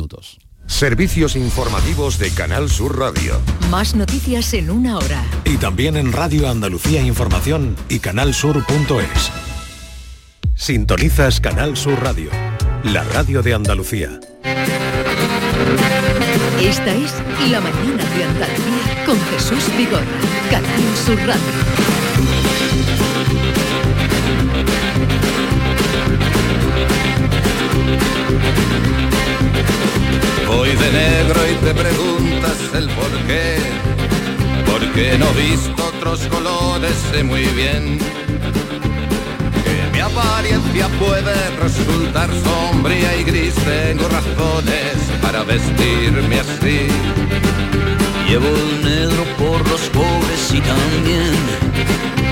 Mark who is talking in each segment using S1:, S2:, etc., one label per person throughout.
S1: minutos.
S2: Servicios informativos de Canal Sur Radio.
S3: Más noticias en una hora.
S4: Y también en Radio Andalucía Información y canalsur.es. Sintonizas Canal Sur Radio, la radio de Andalucía.
S3: Esta es La Mañana de Andalucía con Jesús Vigorra, Canal Sur Radio.
S5: Voy de negro y te preguntas el por qué. Porque no visto otros colores, sé muy bien que mi apariencia puede resultar sombría y gris. Tengo razones para vestirme así.
S6: Llevo el negro por los pobres y también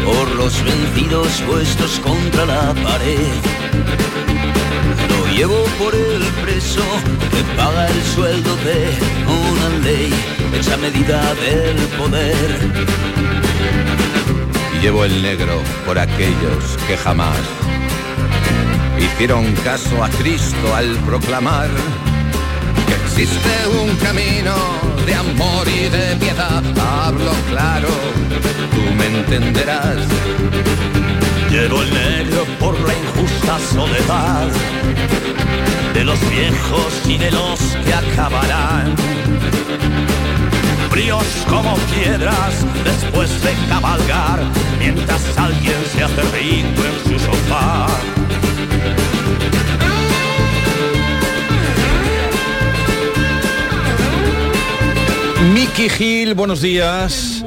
S6: por los vencidos puestos contra la pared. Lo llevo por el preso que paga el sueldo de una ley hecha medida del poder.
S5: Llevo el negro por aquellos que jamás hicieron caso a Cristo al proclamar que existe un camino de amor y de piedad. Hablo claro, tú me entenderás.
S6: Llevo el negro por la injusta soledad de los viejos y de los que acabarán. Fríos como piedras después de cabalgar, mientras alguien se hace rico en su sofá.
S7: Miki Gil, buenos días.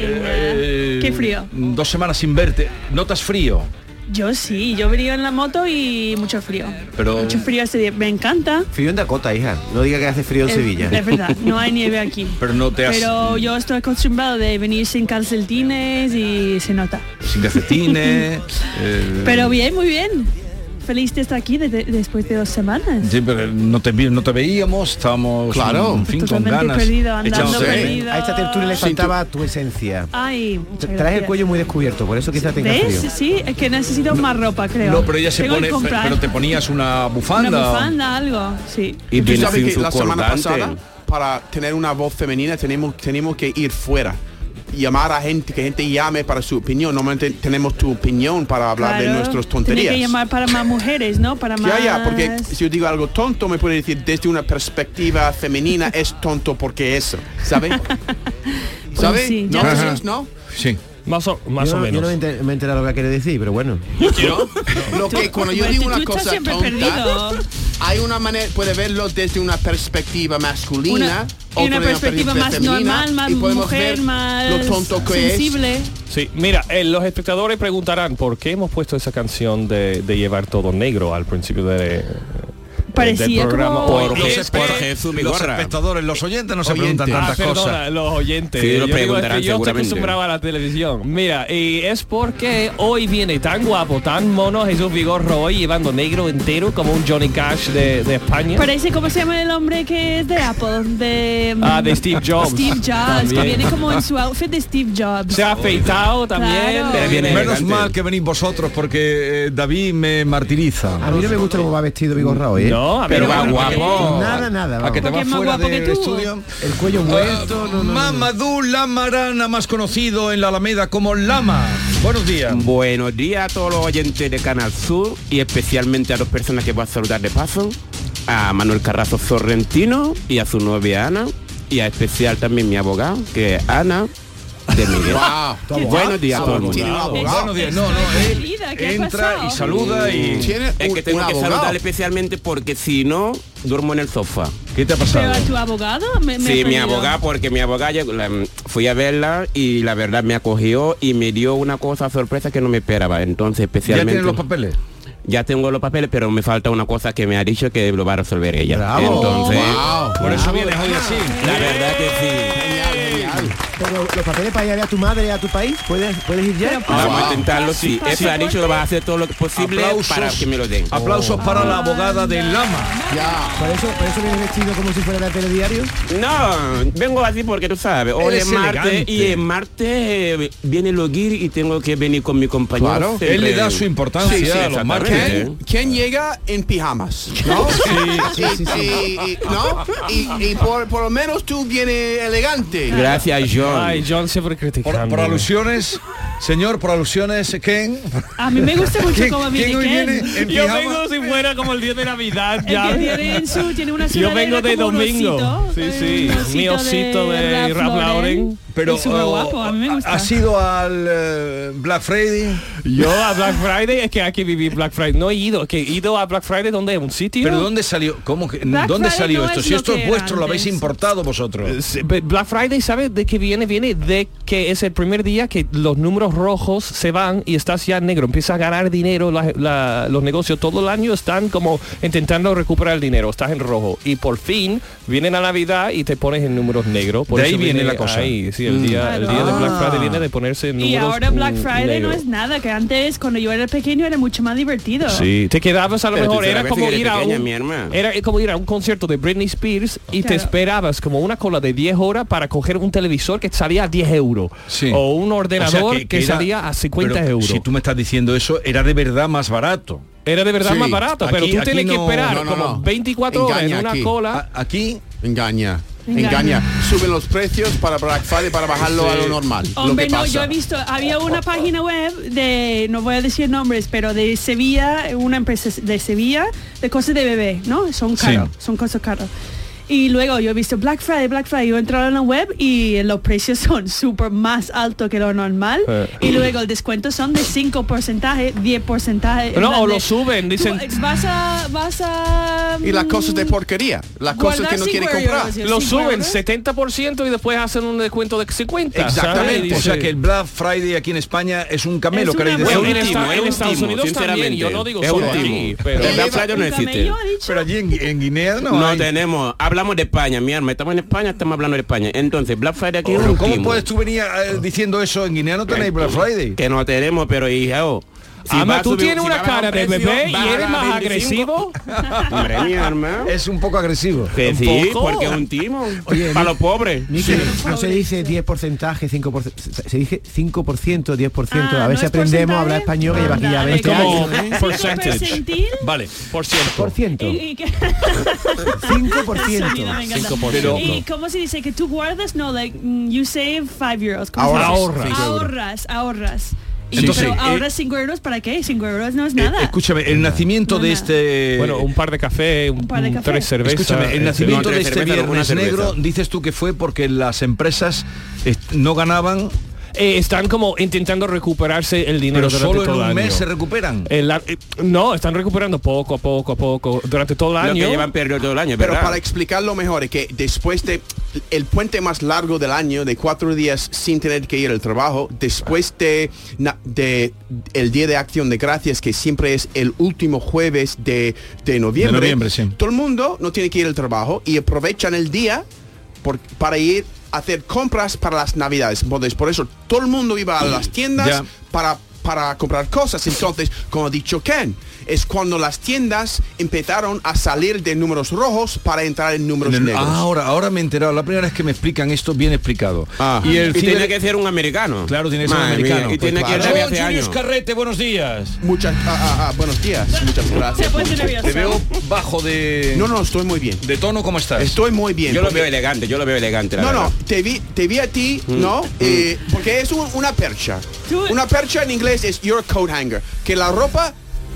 S7: Eh,
S8: Qué frío.
S7: Dos semanas sin verte. ¿Notas frío?
S8: Yo sí, yo venía en la moto y mucho frío.
S7: Pero-
S8: Mucho frío ese día. Me encanta.
S9: Frío en Dakota, hija. No diga que hace frío en
S8: Es-
S9: Sevilla.
S8: Es verdad, no hay nieve aquí.
S7: Pero no te has...
S8: Pero yo estoy acostumbrado de venir sin calcetines y se nota.
S7: Sin calcetines. eh,
S8: Pero bien, muy bien. Feliz de estar aquí de- de- después de dos semanas.
S7: sí, pero no te, vi- no te veíamos, estábamos
S9: Claro.
S7: en fin, con
S8: Totalmente
S7: ganas. eh,
S8: perdido, andando
S7: Echados de-
S8: perdido.
S9: A esta tertulia le
S8: Sí, tú-
S9: faltaba tu esencia.
S8: Ay, muchas
S9: Traes
S8: gracias.
S9: el cuello muy descubierto, por eso quizás tengas
S8: ¿Ves?
S9: frío.
S8: Sí, es que necesito más ropa, creo.
S7: No, pero ella se
S8: Tengo que
S7: pone...
S8: comprar
S7: Pero te ponías una bufanda.
S8: Una bufanda, algo, sí.
S7: Y
S10: Tú
S7: viene
S10: sabes
S7: sin
S10: que
S7: su
S10: la semana
S7: cordante.
S10: pasada, para tener una voz femenina, tenemos, tenemos que ir fuera. Llamar a gente, que gente llame para su opinión. Normalmente tenemos tu opinión para hablar de
S8: Claro,
S10: nuestras
S8: Tenía
S10: tonterías.
S8: que llamar para más mujeres, ¿no? Para más...
S10: Ya, ya, porque si yo digo algo tonto, me puede decir desde una perspectiva femenina es tonto porque eso, ¿sabes? ¿Sabes?
S8: Pues sí,
S10: ¿No?
S8: ya.
S10: Jesús? ¿No?
S7: Sí.
S11: Más o, más
S9: yo,
S11: o
S9: no- Yo
S11: menos.
S9: no me enter- me he enterado lo que ha querido decir, pero bueno.
S10: Lo que cuando yo
S8: Tú-
S10: digo
S8: tú
S10: una
S8: estás
S10: cosa
S8: siempre
S10: tonta,
S8: perdido.
S10: hay una manera, puede verlo desde una perspectiva masculina,
S8: Una, y
S10: otra
S8: una
S10: de
S8: perspectiva más
S10: femenina,
S8: normal, más
S10: y podemos
S8: mujer,
S10: ver
S8: más
S10: lo tonto que es.
S8: sensible.
S11: Sí, mira, eh, los espectadores preguntarán por qué hemos puesto esa canción de, de llevar todo negro al principio de... eh,
S8: Parecía
S11: del programa
S8: como-
S11: Por
S7: Los,
S11: qué-
S7: espe-
S11: por qué-
S7: los
S12: Vigorra.
S7: espectadores, los oyentes no se
S11: oyentes.
S7: preguntan tantas
S11: Ah, perdona,
S7: cosas.
S11: los oyentes.
S12: Sí, lo
S11: Yo digo, es que
S12: preguntarán
S11: yo estoy
S12: seguramente.
S11: acostumbrado a la televisión. Mira, y es porque hoy viene tan guapo, tan mono Jesús Vigorra hoy llevando negro entero como un Johnny Cash de, de España.
S8: Parece, ¿cómo se llama el hombre que es de Apple? De, mm,
S11: Ah, de Steve Jobs.
S8: Steve Jobs, que
S11: También.
S8: viene como en su outfit de Steve Jobs.
S11: Se ha afeitado también.
S8: Claro.
S11: le viene
S7: Menos
S11: elegante.
S7: mal que venís vosotros porque eh, David me martiriza.
S9: A mí no me gusta cómo va vestido Vigorra hoy, ¿eh?
S11: No, a ver,
S7: Pero va
S11: bueno,
S7: guapo.
S9: Nada, nada,
S7: A que te
S8: Porque
S7: vas
S8: es más
S7: fuera
S8: guapo que
S7: del
S8: tú.
S7: estudio.
S9: El cuello muerto, no, no, no.
S7: Mamadou Lamarana, más conocido en la Alameda como Lama. Buenos días.
S12: Buenos días a todos los oyentes de Canal Sur y especialmente a dos personas que voy a saludar de paso, a Manuel Carrazo Sorrentino y a su novia Ana y a especial también mi abogado, que es Ana de Miguel.
S10: Wow.
S12: Buenos días a todo el mundo.
S10: Tiene un abogado.
S7: Buenos días. No, no, él
S8: Querida, ¿qué ha
S7: entra
S8: pasado?
S7: y saluda y...
S10: Tiene
S12: Es
S10: un-
S12: que tengo
S10: un
S12: que
S10: abogado.
S12: saludar especialmente porque si no, duermo en el sofá.
S7: ¿Qué te ha
S8: Pero
S7: pasado?
S8: a tu abogado me, me he
S12: Sí, mi
S8: perdido.
S12: abogada, porque mi abogada, yo, la, mm, fui a verla y la verdad me acogió y me dio una cosa sorpresa que no me esperaba. Entonces,
S7: ¿Ya
S12: especialmente...
S7: tienes los papeles?
S12: Ya tengo los papeles, pero me falta una cosa que me ha dicho que lo va a resolver ella. Entonces,
S10: Wow.
S7: Por eso vienes hoy así.
S12: la verdad que sí.
S9: Pero los papeles para ir a tu madre, a tu país, ¿puedes, puedes ir ya?
S12: Vamos a intentarlo, sí.
S9: ¿Pasaporte?
S12: Es ha dicho que va a hacer todo lo posible
S7: Aplausos.
S12: para que me lo den. Oh.
S7: Aplausos para la abogada de Lama.
S9: Ya. ¿Por eso, por eso vienes vestido como si fuera de telediario?
S12: No, vengo así porque tú sabes, hoy
S9: Él
S12: es
S9: es
S12: martes
S9: elegante.
S12: y en martes eh, viene el Oguir y tengo que venir con mi compañero.
S7: Claro,
S12: siempre.
S7: él le da su importancia
S12: Sí, sí,
S7: a los martes.
S12: exactamente.
S10: ¿Quién llega en pijamas? ¿No?
S12: Sí, sí, sí, sí.
S10: Y, y- ¿no? Y- y por, por lo menos tú vienes elegante.
S12: Gracias, John.
S11: Ay, John siempre criticando.
S7: Por alusiones, señor, por alusiones, Ken.
S8: A mí me gusta mucho
S7: ¿Quién-
S8: cómo viene
S7: quién hoy
S8: Ken.
S7: viene en
S11: Yo
S7: pijama?
S11: vengo si fuera como el día de Navidad.
S8: El
S11: ya.
S8: que tiene en su- tiene una
S11: Yo vengo
S8: sudadera
S11: de
S8: como un
S11: domingo.
S8: osito,
S11: Sí,
S8: eh,
S11: sí.
S8: un
S11: Mi osito de Ralph Lauren.
S7: Pero
S8: Es súper guapo, Pues a mí me
S7: oh,
S8: gusta.
S7: ¿Has ido al eh, Black Friday?
S11: Yo a Black Friday es que hay que vivir Black Friday. No he ido, que he ido a Black Friday donde es un sitio.
S7: ¿Pero dónde salió? ¿Cómo que,
S11: Black
S7: ¿Dónde
S11: Friday
S7: salió
S11: no
S7: esto?
S11: es
S7: si
S11: lo
S7: esto
S11: que
S7: es
S11: era
S7: vuestro, lo habéis
S11: antes.
S7: importado vosotros.
S11: Sí, pero Black Friday, ¿sabes de qué viene? Viene de que es el primer día que los números rojos se van y estás ya en negro. Empiezas a ganar dinero, la- la- los negocios todo el año están como intentando recuperar el dinero, estás en rojo. Y por fin viene la Navidad y te pones en números negros. Por
S7: De ahí
S11: eso
S7: viene la cosa. Mm.
S11: ahí, sí, el, día, el día de Black Friday viene de ponerse en
S8: Ah. Y
S11: números
S8: ahora Black
S11: mm,
S8: Friday
S11: negros.
S8: no es nada, que antes cuando yo era pequeño era mucho más divertido.
S11: Sí, te quedabas a lo
S12: Pero tú
S11: mejor
S12: sabes
S11: era
S12: que
S11: como
S12: eres
S11: ir a
S12: pequeña,
S11: un,
S12: mi hermana.
S11: era como ir a un concierto de Britney Spears y te
S8: Claro.
S11: esperabas como una cola de 10 horas para coger un televisor que salía a 10 euros
S7: Sí.
S11: o un ordenador
S7: O sea,
S11: que,
S7: era-
S11: salía a 50
S7: pero
S11: euros.
S7: Si tú me estás diciendo eso, era de verdad más barato.
S11: Era de verdad
S7: Sí.
S11: más barato, pero
S7: Aquí-
S11: tú
S7: aquí
S11: tienes que
S7: no-
S11: esperar
S7: no, no,
S11: como
S7: no.
S11: 24 horas en
S10: Engaña
S11: una
S10: aquí.
S11: cola.
S7: A- Aquí
S10: Engaña.
S8: Engaña.
S10: Engaña. Suben los precios para Black Friday para bajarlo a lo normal. lo
S8: Hombre,
S10: que
S8: no,
S10: pasa.
S8: yo he visto, había una página web de, no voy a decir nombres, pero de Sevilla, una empresa de Sevilla, de cosas de bebé, ¿no? Son
S13: Sí.
S8: caros, son cosas caras. Y luego yo he visto Black Friday, Black Friday, yo he entrado en la web y los precios son súper más altos que lo normal.
S11: Eh.
S8: Y luego el descuento son de 5 porcentaje, 10 porcentaje. en
S11: no,
S8: plan
S11: o
S8: de-
S11: lo suben, dicen...
S8: Tú Vas a, vas a...
S10: Y las cosas de porquería. Las cosas
S8: Guardar
S10: que no
S8: cinco
S10: quiere comprar.
S8: euros, yo
S11: Lo
S8: cinco
S11: suben
S8: euros.
S11: 70% y después hacen un descuento de 50.
S7: Exactamente. O
S11: ¿sabes?
S7: sea que el Black Friday aquí en España es un camelo,
S11: Es
S7: queréis
S11: una
S7: decir.
S11: buena- En Esta- en Estados Unidos también, yo no digo
S12: es
S11: solo
S12: último.
S11: aquí, pero-
S12: El Black Friday no existe.
S7: Pero allí en, en Guinea no,
S12: No
S7: hay.
S12: tenemos, hablamos de España, mi hermano, estamos en España, estamos hablando de España. Entonces, Black Friday aquí es
S7: Pero ¿Cómo
S12: último.
S7: puedes tú venir eh, diciendo eso? En Guinea no tenéis Black Friday.
S12: Que no tenemos, pero hija, oh,
S11: Ama,
S12: va a
S11: tú
S12: subir-
S11: tienes
S12: si
S11: una
S12: va a bajar
S11: cara de
S12: precio,
S11: bebé y
S12: baja
S11: eres
S12: a
S11: más
S12: 25. Hombre, mi hermano.
S7: Es un poco agresivo.
S12: Que
S7: Un
S12: sí,
S7: poco.
S12: porque es un timo.
S9: Oye,
S12: Para
S9: Nick-
S12: los pobres.
S9: Nicky, no se dice 10 porcentaje, 5 se dice 5 10
S12: Ah,
S9: a ver
S12: ¿no
S9: si
S12: es
S9: aprendemos a hablar
S12: porcentaje?
S9: español que lleva aquí ya
S12: Anda,
S9: 20
S12: como
S9: años. ¿eh?
S12: percentage.
S8: Percentil.
S11: Vale, por ciento.
S9: Por ciento.
S8: Y- y que-
S9: 5%.
S8: Mira, me encanta.
S9: 5%.
S8: ¿Y cómo se dice? Que tú guardas, no, like, mm, you save 5 euros. ¿Cómo
S7: Ahorras.
S8: se dice?
S7: Ahorras.
S8: Ahorras, ahorras. Y
S7: Entonces,
S8: pero
S7: eh,
S8: ahorras 5 euros, ¿para qué? 5 euros no es
S7: Eh,
S8: nada.
S7: escúchame, el nacimiento de este...
S11: Bueno, un par de café, un,
S8: par de
S11: un-
S8: café.
S11: tres cervezas.
S7: Escúchame, el
S11: eh, no,
S7: nacimiento de
S11: tres
S7: este
S11: cervezas, una
S7: viernes
S11: cerveza.
S7: negro, dices tú que fue porque las empresas est- no ganaban,
S11: Eh, están como intentando recuperarse el dinero
S7: pero
S11: durante
S7: solo en
S11: todo
S7: un
S11: el
S7: mes se
S11: año.
S7: recuperan.
S11: El ar- eh, no, están recuperando poco a poco a poco durante todo el
S12: Lo que
S11: año.
S12: llevan perdido todo el año,
S10: Pero
S12: ¿verdad?
S10: para explicarlo mejor, es que después de el puente más largo del año, de cuatro días sin tener que ir al trabajo, después de, na- de el Día de Acción de Gracias, que siempre es el último jueves de, de
S7: De
S10: noviembre,
S7: noviembre, sí.
S10: todo el mundo no tiene que ir al trabajo y aprovechan el día por- para ir a hacer compras para las navidades. Entonces, por eso todo el mundo iba a las tiendas
S7: Ya.
S10: para para comprar cosas. Entonces, como ha dicho Ken, es cuando las tiendas empezaron a salir de números rojos para entrar en números
S7: En el- Ah.
S10: negros.
S7: ahora, ahora me he enterado. La primera vez que me explican esto bien explicado. Y el
S12: Ah. y
S7: cine-
S12: tiene que ser un americano.
S7: Claro, tiene que ser un
S12: Madre mía,
S7: americano.
S12: Y tiene
S7: Pues
S12: que
S7: claro.
S12: ser hace años.
S11: Carrete, buenos días.
S10: Muchas, ah, ah, ah, buenos días, muchas gracias.
S8: puede ser nervioso.
S7: Te veo bajo de...
S10: No, no, estoy muy bien.
S7: ¿De tono cómo estás?
S10: Estoy muy bien.
S12: Yo lo
S10: porque-
S12: veo elegante, yo lo veo elegante. la
S10: No, no,
S12: verdad.
S10: te vi, te vi a ti,
S7: Mm.
S10: ¿no? Eh, porque es un- una percha. Una percha en inglés es your coat hanger, que la ropa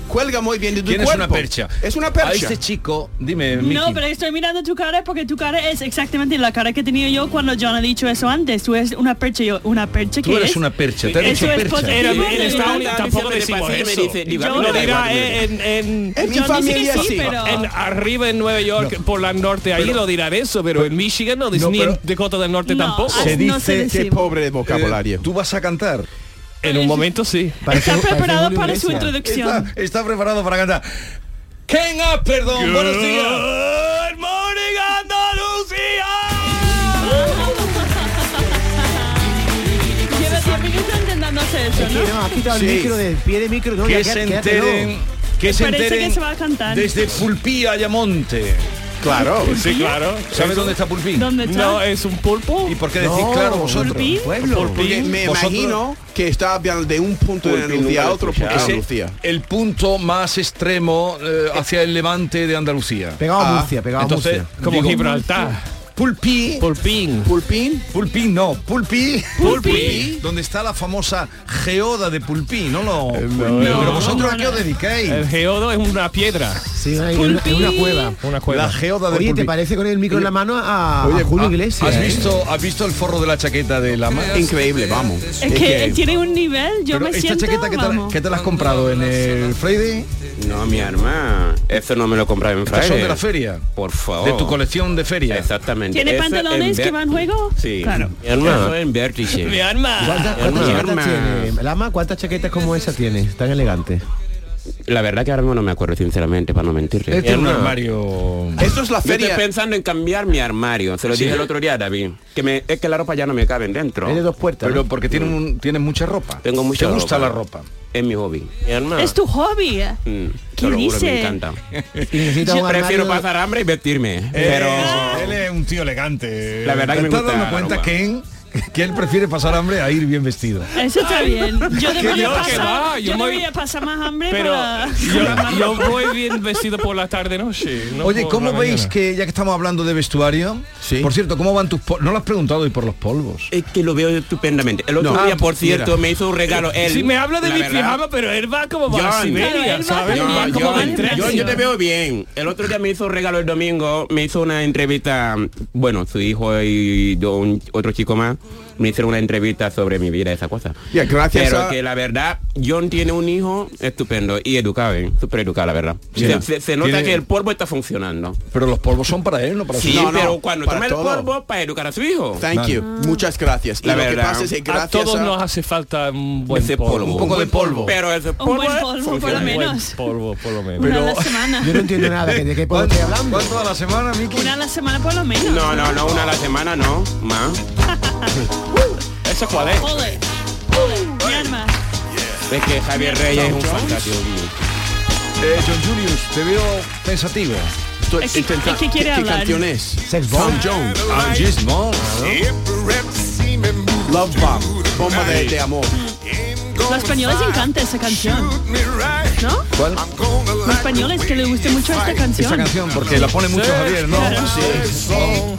S10: cuelga muy bien de tu
S7: ¿Quién es
S10: cuerpo.
S7: una percha?
S10: Es una percha.
S7: A este chico, dime,
S8: No,
S7: Miki.
S8: pero estoy mirando tu cara porque tu cara es exactamente la cara que tenía yo cuando John ha dicho eso antes. Tú eres una percha, yo una percha
S7: Tú
S8: que
S7: eres
S8: es?
S7: una percha, te ha dicho
S8: Eso es
S7: percha.
S8: positivo,
S11: Era-
S8: de
S11: en Estados
S8: verdad.
S11: Unidos tampoco
S12: Siempre
S11: decimos
S12: me
S11: eso.
S12: dice, digo,
S11: Yo
S12: no
S11: lo
S12: da
S11: dirá
S12: igual,
S11: eh, en, en,
S8: En mi Yo dije familia que sí, sí. pero-
S11: En arriba en Nueva York, por la norte, ahí lo dirá eso, pero en Michigan no, dice
S7: No,
S11: ni
S7: pero-
S11: en Dakota del Norte
S8: No,
S11: tampoco. Eh,
S8: Se no se dice-
S10: Qué
S8: decimos.
S10: pobre de vocabulario.
S7: Eh, ¿Tú vas a cantar?
S11: En un momento sí.
S8: Está preparado para su introducción.
S7: Está, está preparado para cantar. Ken up, perdón, buenos días.
S11: Good morning Andalucía.
S8: dice eso,
S9: Es
S8: ¿no?
S9: que no, has quitado el micro del pie de micro. No,
S7: que
S9: ya,
S7: se
S9: queda- quédatelo.
S7: enteren, que se
S8: Parece
S7: enteren
S8: que se va a cantar.
S7: desde Pulpí a Ayamonte.
S10: Claro.
S11: Sí, claro.
S7: ¿Sabes dónde está Pulpí?
S8: ¿Dónde está?
S11: No, es un pulpo.
S7: ¿Y por qué decís
S9: No,
S7: claro vosotros?
S8: Pulpí.
S9: Pueblo.
S10: Porque me
S7: ¿Vosotros?
S10: imagino que está hablando de un punto de
S14: Pulpí, nunca
S10: Andalucía a
S14: lo
S10: otro
S14: escuchaba.
S10: porque es
S7: Ese-
S10: Andalucía.
S7: el punto más extremo eh, hacia el levante de Andalucía.
S9: Pegado
S10: Ah,
S9: a Murcia, pegado a
S7: Entonces,
S9: Murcia.
S11: Como
S7: digo,
S11: Gibraltar.
S7: Pulpí,
S11: Pulpín.
S10: Pulpín.
S7: Pulpí no, Pulpí,
S11: Pulpí.
S7: donde está la famosa geoda de Pulpí, no lo. pero vosotros a qué os dedicáis?
S11: El geodo es una piedra.
S9: Sí, hay una, hay una cueva.
S11: Una
S7: La
S11: cueva.
S7: geoda de
S9: Oye,
S7: Pulpí.
S9: ¿te parece con el micro en la mano a, a
S10: Oye,
S9: Julio
S10: ah,
S9: Iglesias?
S7: ¿Has
S9: eh?
S7: visto, has visto el forro de la chaqueta de la mano?
S10: Increíble, vamos.
S8: Es que tiene un nivel, yo
S7: Pero
S8: me
S7: esta
S8: siento,
S7: chaqueta que te, la-
S8: vamos.
S7: que te la has comprado en el Friday,
S12: No, mi arma. Ah, Eso no me lo compraba en
S7: estas
S12: Francia.
S7: son de la feria,
S12: Por favor.
S7: de tu colección de feria.
S12: Exactamente.
S8: ¿Tiene
S12: Eso en
S8: pantalones que
S12: Ver-
S8: van juego?
S12: Sí.
S8: Claro.
S12: Mi arma. Eso en vértice.
S11: Mi arma.
S9: ¿Cuántas, cuántas
S12: Hermano.
S9: chaquetas tiene? Lama, ¿cuántas chaquetas como esa tiene? Tan elegante.
S12: La verdad que ahora mismo no me acuerdo sinceramente, para no mentirle.
S7: Este es un armario.
S10: Esto es la
S12: Yo estoy
S10: feria.
S12: pensando en cambiar mi armario. Se lo dije el otro día a David. Que me, es que la ropa ya no me cabe dentro.
S9: Tiene dos puertas.
S7: Pero
S9: ¿no?
S7: porque tiene un- tienes mucha ropa.
S12: Tengo mucha
S7: Te gusta
S12: ropa.
S7: la ropa.
S12: Es mi hobby. Mi arma.
S8: Es tu hobby.
S12: Mm,
S8: ¿Qué
S12: te lo juro,
S8: dice?
S12: me encanta.
S9: Y necesita un
S12: Prefiero
S9: armario-
S12: pasar hambre y vestirme. Eh,
S7: Eh,
S12: pero
S7: él es un tío elegante.
S12: La verdad que me
S7: ¿Te estás
S12: gusta
S7: dando
S12: la
S7: cuenta
S12: ropa.
S7: que, que él prefiere pasar hambre a ir bien vestido.
S8: Eso está bien. Yo debería
S11: Dios, que va,
S8: pasar,
S11: yo
S8: yo
S11: voy-
S8: debería pasar más hambre
S11: Pero
S8: para...
S11: yo, yo voy bien vestido por la tarde noche. no
S7: Oye,
S11: por
S7: ¿cómo
S11: la
S7: veis
S11: mañana.
S7: que ya que estamos hablando de vestuario?
S10: Sí.
S7: Por cierto, ¿cómo van tus pol- No lo has preguntado hoy por los polvos.
S12: es que lo veo estupendamente. El otro
S10: No.
S12: día,
S10: Ah,
S12: por cierto,
S10: mira.
S12: me hizo un regalo él.
S11: Si me habla de
S12: La
S11: mi
S12: verdad.
S11: pijama, pero él Ah, va como para
S12: John.
S8: Claro,
S11: Siberia,
S8: él va
S11: ¿sabes?
S8: como-
S11: Va
S12: No,
S8: Van
S11: como
S12: yo,
S11: al
S8: en
S11: tren.
S12: yo, yo te veo bien. El otro día me hizo un regalo el domingo, me hizo una entrevista, bueno, su hijo y yo, un- otro chico más, me hicieron una entrevista sobre mi vida, esa cosa.
S10: Ya, gracias
S12: Pero
S10: a-
S12: que la verdad, John tiene un hijo estupendo y educado, ¿eh? súper educado, la verdad.
S7: Sí.
S12: Se, se- se nota
S7: Tiene-
S12: que el polvo está funcionando.
S7: Pero los polvos son para él, no para
S12: Sí,
S7: su
S10: No, no,
S12: pero cuando
S10: para
S12: toma el
S10: todo.
S12: polvo para educar a su hijo.
S10: Thank you.
S8: Ah.
S10: Muchas gracias. Y
S12: La
S10: lo que
S12: verdad.
S10: pasa es que
S11: A
S10: gracias
S11: todos
S10: a-
S11: nos hace falta un buen
S12: Ese
S11: polvo.
S12: polvo.
S7: Un poco de polvo.
S12: Pero ese
S8: Un
S12: polvo,
S8: buen
S12: eh,
S8: polvo, por lo
S12: funciona.
S8: menos.
S11: Polvo, por lo menos.
S8: Una a la semana.
S9: Yo no entiendo nada. ¿De de qué puedo estoy hablando?
S7: ¿Cuánto a la semana, Miki?
S8: Una a la semana por lo menos.
S12: No, no, no, una a la semana no, más.
S11: ¿Eso cuál es?
S8: Ole. Mi arma.
S12: Es que Javier Reyes es un fantástico. tío.
S7: Eh, John Julius, te veo pensativo.
S10: Estoy
S8: Es que-
S7: este,
S10: intenta-
S8: es que quiere
S10: ¿Qué
S8: hablar.
S10: canción es?
S9: Sex bomb.
S10: Jones.
S7: I'm just more.
S10: Love Bomb. Bomba de, de amor.
S8: Los españoles encantan esa canción. ¿No?
S7: ¿Cuál?
S8: Los españoles que les guste mucho esta canción.
S7: Esa canción, porque la pone mucho Javier, ¿no?
S8: Claro.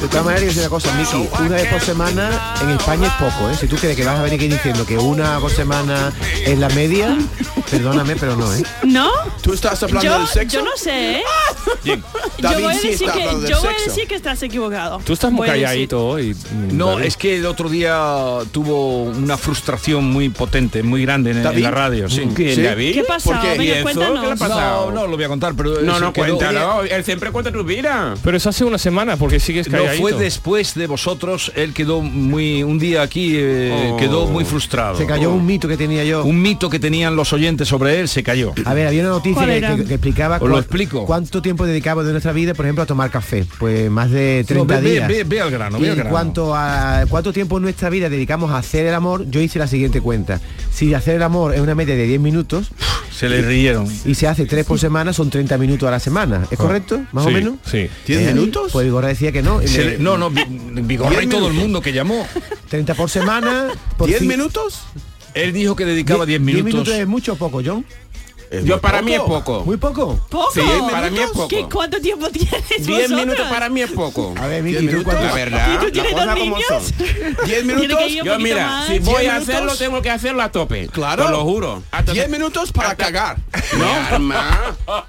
S9: De todas maneras, yo sé una cosa, Miki, una vez por semana en España es poco, ¿eh? Si tú crees que vas a venir aquí diciendo que una por semana es la media, perdóname, pero no, ¿eh?
S8: ¿No?
S10: ¿Tú estás hablando
S8: Yo,
S10: del sexo?
S8: yo no sé. ¿eh? Yo
S10: David
S8: voy a
S10: sí
S8: decir
S10: está
S8: que,
S10: hablando del
S8: yo voy a
S10: sexo.
S8: decir que estás equivocado.
S11: Tú estás muy
S8: Voy a decir-
S11: calladito hoy.
S7: No,
S11: Vale.
S7: es que el otro día tuvo una frustración muy potente, muy grande en, en
S10: ¿David?
S7: la radio, sí.
S12: ¿Quién,
S10: ¿Sí?
S12: David?
S8: ¿Qué pasó?
S12: ¿Por qué?
S8: Venga,
S12: ¿Y eso?
S8: cuéntanos.
S12: ¿Qué le ha pasado?
S7: No, no lo voy a contar, pero
S12: No,
S7: eso
S12: no,
S7: quedó-
S12: cuéntalo. Él siempre cuenta tu vida.
S11: Pero eso hace una semana, porque sigues
S7: No
S11: calladito.
S7: fue después de vosotros, él quedó muy un día aquí eh,
S12: Oh.
S7: quedó muy frustrado. Oh.
S9: Se cayó un mito que tenía yo.
S7: Un mito que tenían los oyentes sobre él se cayó.
S9: A ver, había una noticia
S8: ¿Cuál
S9: que,
S8: era?
S9: que- que explicaba
S7: Os lo
S9: cua-
S7: explico.
S9: cuánto tiempo dedicamos de nuestra vida, por ejemplo, a tomar café. Pues más de 30
S7: ve- ve-
S9: días.
S7: ve- ve al grano,
S9: Y
S7: ve al
S9: en
S7: grano.
S9: cuanto a cuánto tiempo en nuestra vida dedicamos a hacer el amor, yo hice la siguiente cuenta. Si hacer el amor es una media de 10 minutos
S7: Se le rieron.
S9: y se hace 3 por semana, son 30 minutos a la semana.
S7: Ah,
S9: ¿Es correcto? ¿Más
S11: Sí,
S9: o menos?
S11: Sí.
S10: ¿Diez
S9: Eh,
S10: minutos?
S9: Pues Vigorra decía que no. Eh, Y
S7: Se
S9: me-
S7: le- no, no, Vi- Vigorra y
S10: Diez
S7: todo el
S10: minutos.
S7: mundo que llamó.
S9: 30 por semana. Por
S10: ¿Diez
S9: cin-
S10: minutos?
S7: Él dijo que dedicaba 10
S9: ¿Diez
S7: minutos.
S9: minutos es mucho o poco, John?
S12: Yo para mí es
S9: ¿Muy
S12: poco.
S9: poco?
S8: ¿Poco?
S12: Sí, para mí es poco.
S8: ¿Qué, ¿Cuánto tiempo tienes
S12: 10
S8: vosotras?
S12: minutos para mí es poco.
S9: A ver,
S10: ¿Diez
S9: Miki, ¿tú
S10: minutos?
S9: cuánto?
S12: Ah, La verdad.
S8: ¿Y tú tienes
S12: las
S8: dos
S12: cosas como
S8: niños?
S12: son.
S10: ¿Diez
S8: Tiene
S10: minutos?
S8: que ir un
S12: Yo
S8: poquito
S12: mira,
S8: más.
S12: si voy a
S10: minutos?
S12: hacerlo tengo que hacerlo a tope.
S10: Claro.
S12: Te lo juro. Hasta-
S10: ¿Diez minutos para cagar?
S12: No, arma.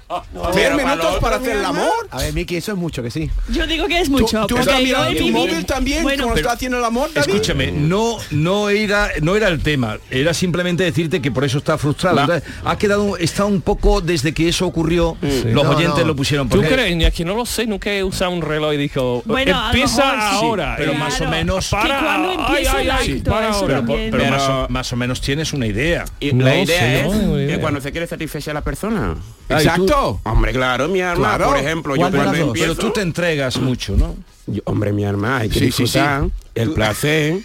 S10: ¿Diez
S12: Pero para
S10: minutos
S12: lo
S10: para
S12: otro,
S10: hacer el
S12: mi
S10: amor?
S9: A ver, Miki, eso es mucho, que sí.
S8: Yo digo que es
S10: ¿Tú,
S8: mucho.
S10: tú
S8: porque
S10: estás
S8: yo
S10: mirando
S8: he
S10: tu
S8: vivido-
S10: móvil también
S8: Bueno,
S10: cuando estás haciendo el amor, David?
S7: Escúchame, no, no era, no era el tema, era simplemente decirte que por eso está frustrado.
S12: La-
S7: Entonces, Has quedado,
S13: está un poco desde que eso ocurrió. Los
S11: No,
S13: oyentes
S11: no.
S13: lo pusieron
S11: ¿Tú
S13: porque-
S11: crees? Es que no lo sé, nunca he usado un reloj y dijo, eh,
S13: Bueno, a lo
S11: empieza
S13: mejor sí,
S11: ahora.
S13: pero
S11: Y-
S13: más o menos-
S11: Para,
S13: Que cuando
S11: ay,
S13: empieza
S11: ay,
S13: el
S11: ay,
S13: acto,
S11: para
S13: eso
S11: ahora.
S13: Pero-
S11: Pero-
S13: pero
S11: pero
S13: más,
S11: más-
S13: o, más o menos tienes una idea.
S12: Y la idea es que cuando se quiere satisfacer a la persona.
S7: Ah, ¿y tú?
S12: Exacto. Hombre, claro, mi arma.
S7: Claro.
S12: Por ejemplo, yo
S7: ¿Cuál de
S12: cuando
S7: las dos?
S12: empiezo,
S7: Pero tú te entregas mucho, ¿no?
S12: yo- hombre, mi arma, hay que
S7: Sí, sí, sí.
S12: disfrutar el placer.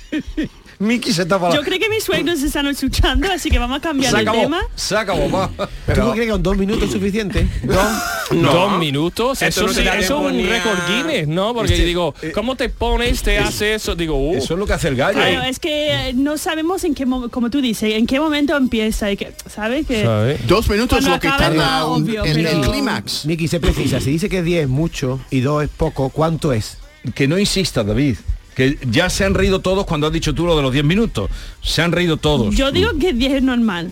S13: Miki se tapa
S8: Yo creo que mis suegros están escuchando, así que vamos a cambiar el tema.
S13: Se acabó, va.
S9: ¿Tú no crees que con dos minutos es suficiente?
S12: No.
S11: Dos minutos,
S12: Esto
S11: eso,
S12: no
S11: sí,
S12: te da
S11: eso es un
S12: tiempo ni a-
S11: récord Guinness, ¿no? Porque
S12: Este,
S11: digo, ¿cómo te pones, te hace eso? Digo, uh,
S7: Eso es lo que hace el gallo.
S8: Claro, es que eh, no sabemos en qué, mo- como tú dices, en qué momento empieza. y que- ¿Sabes? Que
S10: Dos minutos
S8: Cuando
S10: lo que
S8: acabe
S10: tarda
S8: va,
S10: un-
S8: obvio,
S10: el,
S8: pero-
S10: el clímax.
S9: Miki, se precisa. Si dice que 10 es mucho y 2 es poco, ¿cuánto es?
S7: Que no insista, David. Que ya se han reído todos cuando has dicho tú lo de los 10 minutos. Se han reído todos.
S8: Yo digo que 10 es normal.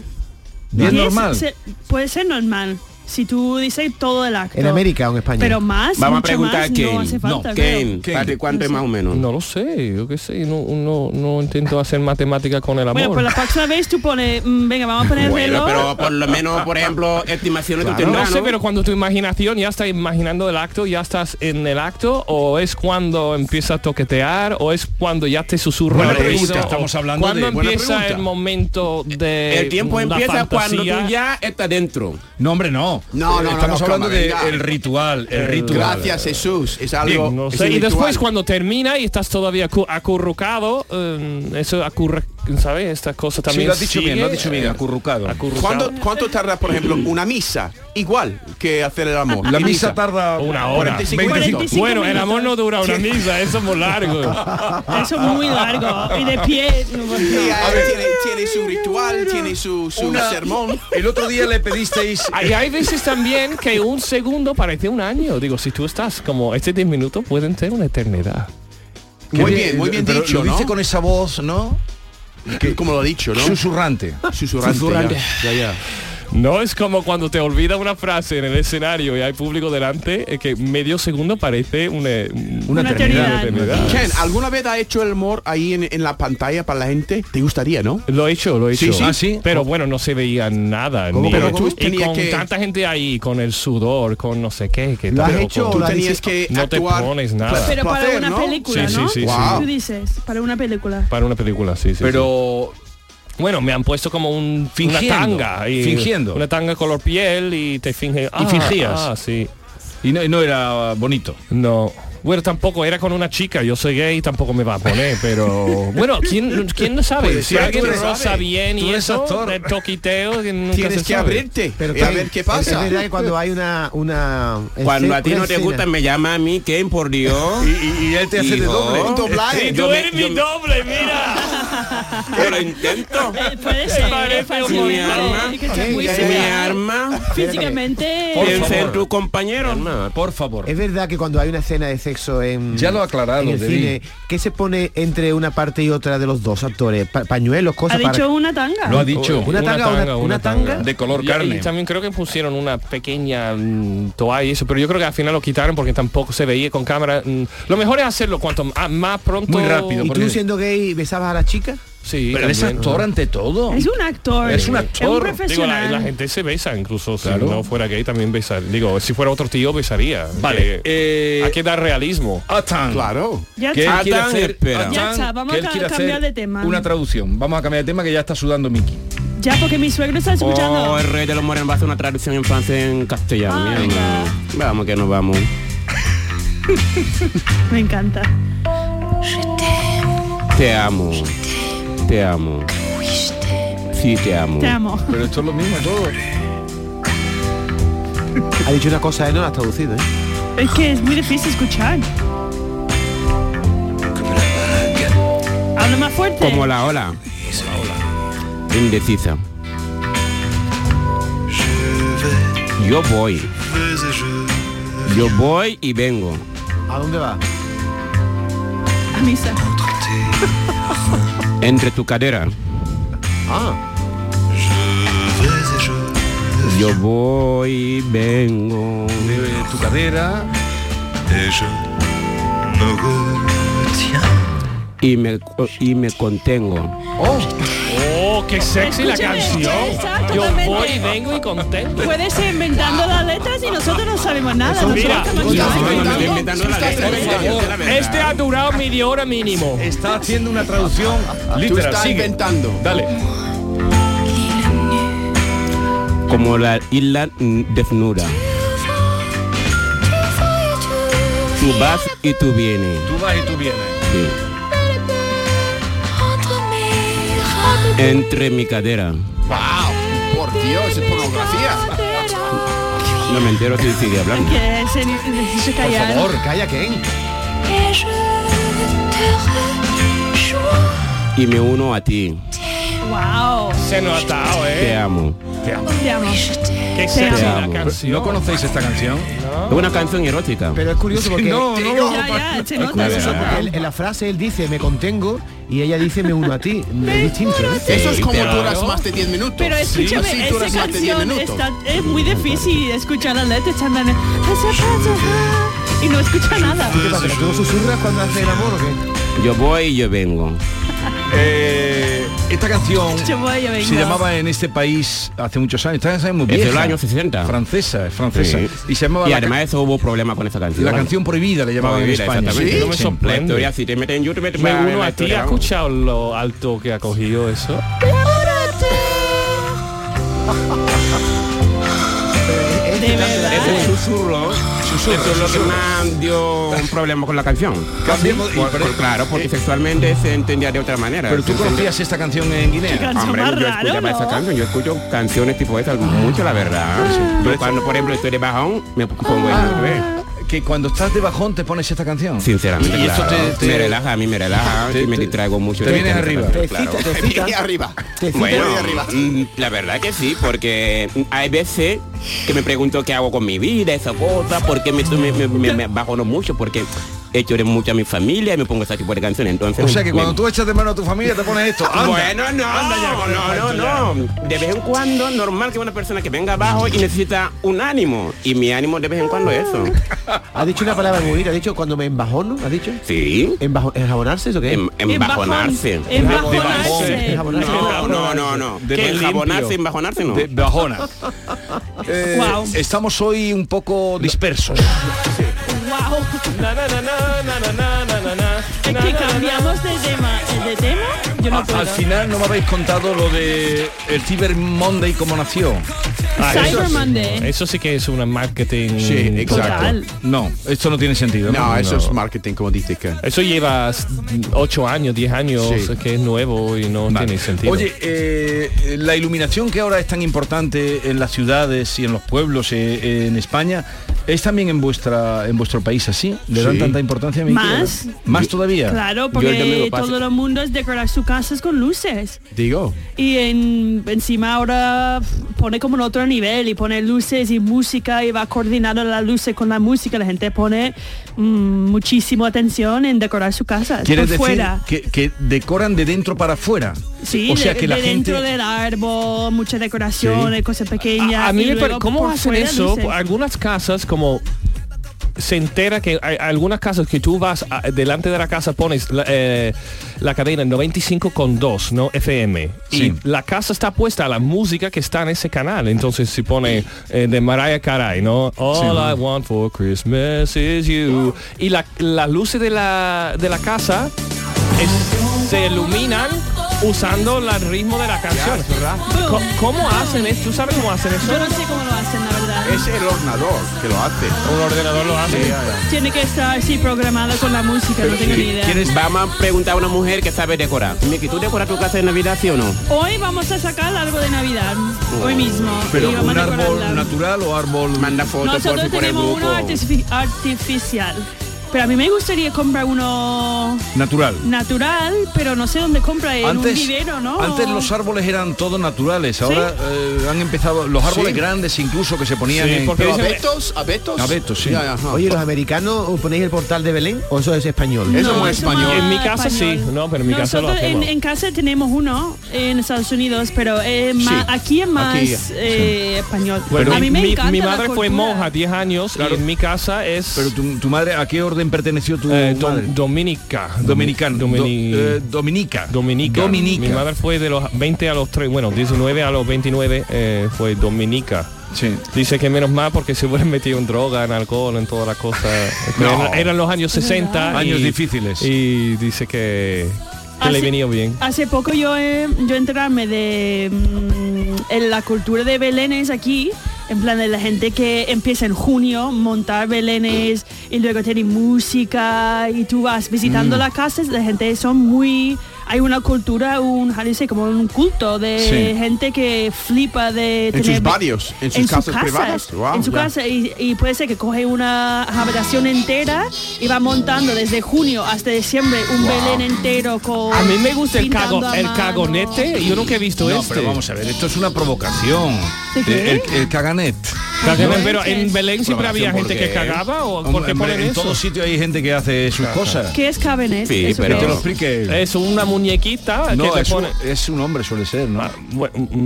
S7: ¿Diez
S8: 10
S7: normal?
S8: se- puede ser normal. Si tú dices todo el acto.
S9: ¿En América o en España?
S8: Pero más,
S12: Vamos a
S8: mucho
S12: preguntar
S8: más,
S12: a Ken.
S8: No hace falta,
S12: No,
S8: creo.
S12: Ken, Patrick, ¿cuánto es más o menos?
S11: No lo sé, yo qué sé, no, no, no intento hacer matemática con el amor.
S8: Bueno, pues la próxima vez tú pones, mm, venga, vamos a poner
S11: Bueno,
S8: reloj.
S12: Pero por lo menos, por ejemplo, estimaciones tú
S11: no
S12: tendrás,
S11: sé,
S12: ¿no?
S11: pero cuando tu imaginación ya está imaginando el acto, ya estás en el acto, o es cuando empieza a toquetear, o es cuando ya te susurra.
S7: Buena
S11: el oído,
S7: pregunta,
S11: o
S7: estamos hablando
S11: ¿cuándo
S7: de- buena
S11: empieza
S7: pregunta.
S11: el momento de
S12: El tiempo
S11: la
S12: empieza cuando
S11: fantasía?
S12: tú ya estás dentro.
S7: No, hombre, no.
S10: No, no, no,
S7: Estamos
S10: no,
S7: hablando
S10: calma,
S7: del
S10: venga.
S7: ritual. El ritual.
S10: Gracias, Jesús. Es algo...
S7: Bien, no
S10: es
S11: Sí, y
S10: un ritual.
S11: después cuando termina y estás todavía acu- acurrucado, eh, eso acurra, ¿sabes? Estas cosas
S7: Sí,
S11: también.
S7: lo has dicho
S11: sigue,
S7: bien, lo has dicho bien,
S11: eh,
S7: acurrucado.
S10: ¿Cuánto, ¿Cuánto tarda, por ejemplo, una misa? Igual que hacer el amor.
S7: La
S10: ¿Qué
S7: misa tarda
S11: Una hora.
S10: 45 minutos.
S11: Bueno, el amor no dura una misa, eso es muy largo.
S8: Eso es muy largo. Y de pie. no, no.
S10: Sí, a ver, tiene, tiene su ritual, tiene su, su
S7: Una-
S10: sermón.
S7: El otro día le pedisteis...
S11: Y hay veces también que un segundo parece un año. Digo, si tú estás como este 10 minutos pueden ser una eternidad.
S10: Muy bien, muy bien
S7: Pero
S10: dicho,
S7: Lo dice
S10: ¿no?
S7: con esa voz, ¿no?
S10: Como lo ha dicho, ¿no?
S7: Susurrante.
S10: Susurrante.
S7: Susurrante.
S10: Ya, ya, ya.
S11: No es como cuando te olvida una frase en el escenario y hay público delante, eh, que medio segundo parece una,
S7: Una
S8: Una
S7: eternidad.
S8: eternidad.
S10: Ken, ¿alguna vez ha hecho el amor ahí en, en la pantalla para la gente? ¿Te gustaría, no?
S11: Lo he hecho, lo he
S10: Sí,
S11: hecho.
S10: sí. Ah, sí.
S11: Pero bueno, no se veía nada.
S10: ¿Cómo,
S11: ni-
S10: pero tú
S11: y
S10: tenías
S11: con
S10: que-
S11: tanta gente ahí, con el sudor, con no sé qué. Que
S9: ¿Lo has
S11: tampoco-
S9: hecho o
S10: Tú
S9: lo has
S10: tenías
S9: dicho?
S10: que
S11: No te
S10: actuar.
S11: pones nada.
S8: Pero para
S10: Placer,
S8: una
S10: ¿no?
S8: película,
S11: Sí,
S8: ¿no?
S11: sí, sí,
S10: Wow.
S8: Tú dices, para una película.
S11: Para una película, sí, sí. sí.
S7: Pero...
S11: Bueno, me han puesto como un
S7: Fingiendo,
S11: una tanga. Y,
S7: fingiendo.
S11: Una tanga color piel y te finge. ah,
S7: fingías.
S11: Ah, sí.
S7: Y no, y no era bonito.
S11: No. Bueno, tampoco era con una chica, yo soy gay, tampoco me va a poner, pero bueno, ¿quién, quién no sabe?
S7: Pues
S11: Si
S7: sí,
S11: alguien
S7: tú eres-
S11: rosa bien
S7: tú
S11: y
S7: eres
S11: eso,
S7: actor.
S11: de toquiteo, que nunca se
S10: Tienes que
S11: sabe.
S10: abrirte
S9: Pero
S10: y a
S9: Ken,
S10: ver qué
S9: Es
S10: pasa.
S9: verdad que cuando hay una... una
S12: Cuando a ti
S9: una
S12: no te
S9: escena-
S12: gusta, me llama a mí, Ken, por Dios.
S7: Y, y- y él te hace de
S12: Hijo.
S7: doble.
S10: Un doblaje.
S11: Y
S12: Yo
S11: tú
S12: me-
S11: eres
S12: yo
S11: mi
S12: me-
S11: doble, mira.
S12: Yo lo intento.
S8: Eh, puede ser.
S11: parece
S8: eh, fácilmente,
S12: Mi arma.
S8: que sea muy
S9: Sí,
S12: Mi
S8: similar.
S12: arma.
S8: Ah, Físicamente.
S7: Ah, Por
S12: Piensa en
S7: favor.
S12: tu compañero.
S7: Por favor.
S9: Es verdad que cuando hay una escena de sexo en,
S7: Ya lo ha aclarado,
S9: en el
S7: David.
S9: cine, ¿qué se pone entre una parte y otra de los dos actores? Pa- pañuelos,
S8: Ha
S9: cosas
S8: dicho
S9: para...
S8: una tanga.
S7: Lo ha dicho.
S9: Una tanga, una- una tanga.
S7: De color
S11: Y-
S7: carne.
S11: Y, también creo que pusieron una pequeña mm, toalla y eso, pero yo creo que al final lo quitaron porque tampoco se veía con cámara. mm. Lo mejor es hacerlo cuanto m- ah, más pronto.
S7: Muy rápido.
S9: ¿Y tú
S7: porque-
S9: siendo gay besabas a la chica?
S11: Sí,
S7: Pero es
S11: también.
S7: actor ante todo.
S8: Es un actor.
S7: Es un actor. Digo, la-
S11: Digo, la,
S8: profesional.
S11: la gente se besa incluso
S7: Claro.
S11: si no fuera gay también besar. Digo, si fuera otro tío besaría. Que-
S7: Vale. eh,
S11: hay que dar realismo.
S7: Atan.
S10: Claro.
S8: Ya
S7: Que él
S8: está.
S12: Atan,
S7: quiere hacer,
S12: espera.
S7: Atan,
S8: Ya está, vamos
S7: que él
S8: a
S7: quiere
S8: cambiar
S7: hacer
S8: de tema.
S7: Una traducción. Vamos a cambiar de tema que ya está sudando Miki.
S8: Ya, porque mi suegro está escuchando.
S12: Oh, el rey de los morenos va a hacer una traducción en francés en castellano.
S8: Ah,
S12: mi
S8: venga.
S12: hermano. Vamos que nos vamos.
S8: Me encanta.
S12: Te amo. Te amo. Sí, te amo.
S8: Te amo.
S7: Pero esto es lo mismo todo.
S9: Ha dicho una cosa y no la has traducido, ¿eh?
S8: Es que es muy difícil escuchar. Habla más fuerte.
S12: Como la ola. Indecisa. Yo voy. Yo voy y vengo.
S9: ¿A dónde va?
S8: A misa.
S12: Entre tu cadera.
S9: Ah,
S12: Yo voy y vengo.
S7: Eh, tu cadera.
S12: y me, y me contengo.
S11: Oh, qué sexy la
S8: Escúchame,
S11: canción.
S8: está
S11: Yo
S8: totalmente-
S11: voy, vengo y contento.
S8: Puede ser inventando las letras y nosotros no sabemos nada.
S11: Eso,
S8: nosotros
S11: mira,
S8: estamos
S11: yo
S8: chupando.
S11: estoy inventando la letra, por favor. Este ha durado media hora mínimo.
S7: Está haciendo una traducción
S11: literal,
S12: estás
S11: sigue. Dale.
S12: Como la isla mm, desnuda. Tú vas y tú vienes.
S7: Tú vas y tú vienes.
S12: Sí. Entre mi cadera.
S10: ¡Wow! Por Dios, es pornografía.
S12: No me entero si sigue hablando.
S8: Que se necesita callar.
S9: calla, Ken.
S12: Y me uno a ti.
S8: Wow.
S11: Se nos ha atado, eh.
S12: Te amo.
S7: Te amo.
S8: Te amo.
S11: Qué
S12: Te
S11: sexy la
S12: amo.
S11: canción.
S7: ¿No conocéis esta canción?
S12: Es una canción erótica.
S9: Pero es curioso porque
S7: No, no,
S9: no,
S7: no.
S8: Ya, se
S9: es
S8: nota.
S9: curioso
S12: nota.
S9: porque él- en la frase él dice me contengo y ella dice me uno a ti. Es distinto. ¿eh?
S10: Eso es
S12: Sí,
S10: como
S12: pero-
S10: duras más de 10 minutos.
S8: Pero escúchame,
S10: Así
S8: esa
S10: duras más de 10
S8: canción
S10: minutos.
S8: está, es muy difícil escuchar las letras tan tan- ah, y no escucha nada.
S9: ¿Qué pasa? que ¿Tú susurras cuando haces el amor o qué?
S12: Yo voy y yo vengo.
S7: Eh, esta canción
S8: Yo voy, yo vengo.
S7: se llamaba en este país hace muchos años. Esta canción es muy
S12: Es
S7: vieja.
S12: de los años 60.
S7: Francesa, es francesa.
S12: Sí.
S7: Y se llamaba
S12: Y
S7: la,
S12: además eso hubo problemas con esa
S7: ca-
S12: canción.
S7: la canción prohibida, le llamaban en
S12: Prohibida,
S7: España.
S12: exactamente.
S11: No me
S12: La
S11: sorprende.
S12: historia, si te meten yo te meten
S11: Me
S12: para
S11: uno
S12: la
S11: a ti,
S12: historia,
S11: ¿has
S12: vamos.
S11: escuchado lo alto que ha cogido eso?
S8: De verdad.
S12: Es un susurro. Eso eh, es lo que más dio un problema con la canción.
S7: Cambiemos-
S12: Por- eh, por- claro, porque sexualmente se entendía de otra manera.
S7: Pero tú
S12: Se entendía-
S7: conocías esta canción en
S8: Qué
S7: Guinea.
S8: canción
S12: Hombre,
S8: más
S12: yo
S8: raro,
S12: escuchaba
S8: ¿no? Ah,
S12: esa canción, yo escucho canciones tipo esta mucho, la verdad. Yo cuando, por ejemplo, estoy de bajón, me pongo en YouTube.
S7: Ah, Que cuando estás de bajón te pones esta canción.
S12: Sinceramente,
S7: Y eso
S12: claro.
S7: te- te-
S12: me relaja, a mí me relaja,
S7: te-
S12: y me
S7: te-
S12: distraigo mucho.
S7: te vienes
S12: Claro,
S7: arriba.
S12: claro.
S9: Te cita,
S10: Y arriba.
S9: te cita.
S12: Bueno,
S10: Muy arriba.
S12: mm, la verdad que sí, porque hay veces que me pregunto qué hago con mi vida, esa cosa, porque me, me, me- me- me bajo no mucho, porque he hecho de mucho a mi familia y me pongo esa tipo de canciones. Entonces, mm,
S7: O sea que
S12: me-
S7: cuando tú echas de mano a tu familia te pones esto. Anda.
S12: Bueno, no, no, no, no. De vez en cuando, normal que una persona que venga abajo y necesita un ánimo. Y mi ánimo de vez en cuando es eso.
S9: Ha dicho una palabra muy bonita, ha dicho cuando me embajono, ha dicho.
S12: Sí.
S9: ¿Embajo- ¿Enjabonarse eso qué? es?
S10: Em,
S12: En, embajonarse.
S8: En
S9: Embajonarse.
S8: bajonarse.
S9: Embajonarse.
S12: No, no, no, no.
S7: De
S12: ¿Qué?
S7: limpio.
S12: Enjabonarse, embajonarse no.
S7: De bajona. Eh,
S8: Guau.
S7: Estamos hoy un poco dispersos.
S8: Wow.
S11: Na, na, na, na, na, na, na, na, na, na.
S8: Es que cambiamos de tema. ¿De tema? Yo no puedo.
S7: Ah, Al final no me habéis contado lo de el Cyber Monday cómo nació.
S11: Ah, eso
S8: Cyber
S11: sí.
S8: Monday.
S11: Eso sí que es un marketing.
S10: Sí, exacto.
S8: Total.
S7: No, esto no tiene sentido.
S10: No, eso
S7: No.
S10: es marketing, como dice que.
S11: Eso lleva 8 años, 10 años,
S10: Sí.
S11: o sea, que es nuevo y no
S7: Vale.
S11: tiene sentido.
S7: Oye, eh, la iluminación que ahora es tan importante en las ciudades y en los pueblos eh, en España, ¿es también en vuestra en vuestro país así? ¿Le dan
S10: Sí.
S7: tanta importancia a mi
S8: Más.
S7: ¿Más todavía?
S8: Claro,
S12: Yo el
S8: porque
S12: domingo paso.
S8: todo el mundo es decorar sus casas con luces.
S10: Digo.
S8: Y en, encima ahora pone como en otro nivel y pone luces y música y va coordinando las luces con la música. La gente pone mm, muchísima atención en decorar su casa.
S7: Quiere
S8: Por
S7: decir
S8: fuera.
S7: Que, que decoran de dentro para afuera.
S8: Sí,
S7: o sea
S8: de,
S7: que la
S8: de
S7: gente...
S8: dentro del árbol, muchas decoraciones, cosas pequeñas.
S11: A, a mí
S8: y
S11: me
S8: luego
S11: parece, ¿cómo
S8: por
S11: hacen
S8: fuera
S11: eso? Ah,
S8: luces.
S11: Algunas casas como se entera que hay algunas casas que tú vas a- delante de la casa pones la, eh, la cadena 95.2 no FM y
S7: Sí.
S11: la casa está puesta a la música que está en ese canal entonces si pone eh, de Mariah Carey no All I want for Christmas is you y la, las luces de la de la casa es- se iluminan usando el ritmo de la canción Co- ¿Cómo, hacen eso? ¿Tú sabes cómo hacen eso?
S8: Yo no sé cómo lo hacen, la verdad.
S10: Es el ordenador que lo hace.
S11: Un ordenador lo hace.
S8: Tiene que estar así programado con la música, no tengo ni idea.
S12: Vamos a preguntar a una mujer que sabe decorar. Miki, ¿tú decoras tu casa de Navidad, sí o no?
S8: Hoy vamos a sacar el árbol de Navidad, hoy mismo.
S7: Pero
S8: y vamos
S7: un
S8: a
S7: árbol
S8: decorarla.
S7: natural o árbol...
S12: Manda fotos por,
S8: Nosotros
S12: por el
S8: tenemos
S12: grupo.
S8: uno artifi- artificial. Pero a mí me gustaría comprar uno
S7: Natural.
S8: natural, pero no sé dónde compra en un
S7: Antes,
S8: vivero, ¿no?
S7: antes los árboles eran todos naturales, ahora eh, han empezado los árboles grandes incluso que se ponían
S11: Sí,
S7: en-
S11: porque
S10: Pero
S11: dicen-
S10: abetos, abetos.
S7: Abetos, sí.
S10: Ya, ya, ajá.
S9: Oye, los americanos ponéis el portal de Belén o eso es español.
S10: Eso
S8: No,
S10: es muy
S8: eso no
S10: español.
S8: es
S11: En mi casa
S8: español.
S11: sí, no, pero en mi casa lo
S8: Nosotros en,
S11: hacemos.
S8: en casa tenemos uno en Estados Unidos, pero eh, ma- aquí es más
S10: aquí,
S8: eh, español.
S11: Bueno,
S8: a mí me
S11: mi,
S8: encanta
S11: mi
S8: la
S11: madre fue
S8: cultura.
S11: monja 10 años y en mi casa es
S7: Pero tu, tu madre, ¿a qué orden orden perteneció tu
S11: Eh, dom-
S7: madre?
S11: Dominica.
S7: Dominicana.
S11: Domini-
S7: Do- eh, dominica.
S11: Dominica. Mi
S7: Dominica.
S11: madre fue de los 20 a los 3, bueno, 19 a los 29 eh, fue Dominica. Dice que menos mal porque se hubieran metido en droga, en alcohol, en todas las cosas.
S7: No.
S11: Eran, eran los años
S7: Es
S11: 60.
S7: verdad. Años
S11: difíciles. Y dice que, que le
S8: Así-
S11: venía bien.
S8: Hace poco yo, eh, yo enterarme de mm, en la cultura de belenes aquí, en plan de la gente que empieza en junio montar belenes y luego tiene música y tú vas visitando
S15: Mm.
S8: las casas, la gente son muy... Hay una cultura, un how do you say, como un culto de
S10: Sí.
S8: gente que flipa de
S10: En
S8: tener-
S10: sus barrios, en sus casas privadas. Wow,
S8: en su
S10: ya.
S8: casa y, y puede ser que coge una habitación entera y va montando desde junio hasta diciembre un
S11: Wow.
S8: belén entero con
S11: A mí me gusta el
S8: pintando
S11: cago-
S8: a
S11: el
S8: mano.
S11: cagonete, yo nunca he visto
S7: No,
S11: este.
S7: pero vamos a ver, esto es una provocación. Eh,
S8: ¿De qué?
S7: El, el caganet.
S11: Caganet, pero en Belén siempre había
S7: Provocación,
S11: gente que
S7: porque-
S11: cagaba, ¿o por qué
S7: Hombre,
S11: ponen
S7: en
S11: eso?
S7: todos sitios hay gente que hace sus cosas.
S8: ¿Qué es cabernet? ¿Eso qué es?
S11: Es una muñequita
S7: No,
S11: que te
S7: es un,
S11: pone. Ah, mm,
S7: es un hombre, suele ser, ¿no?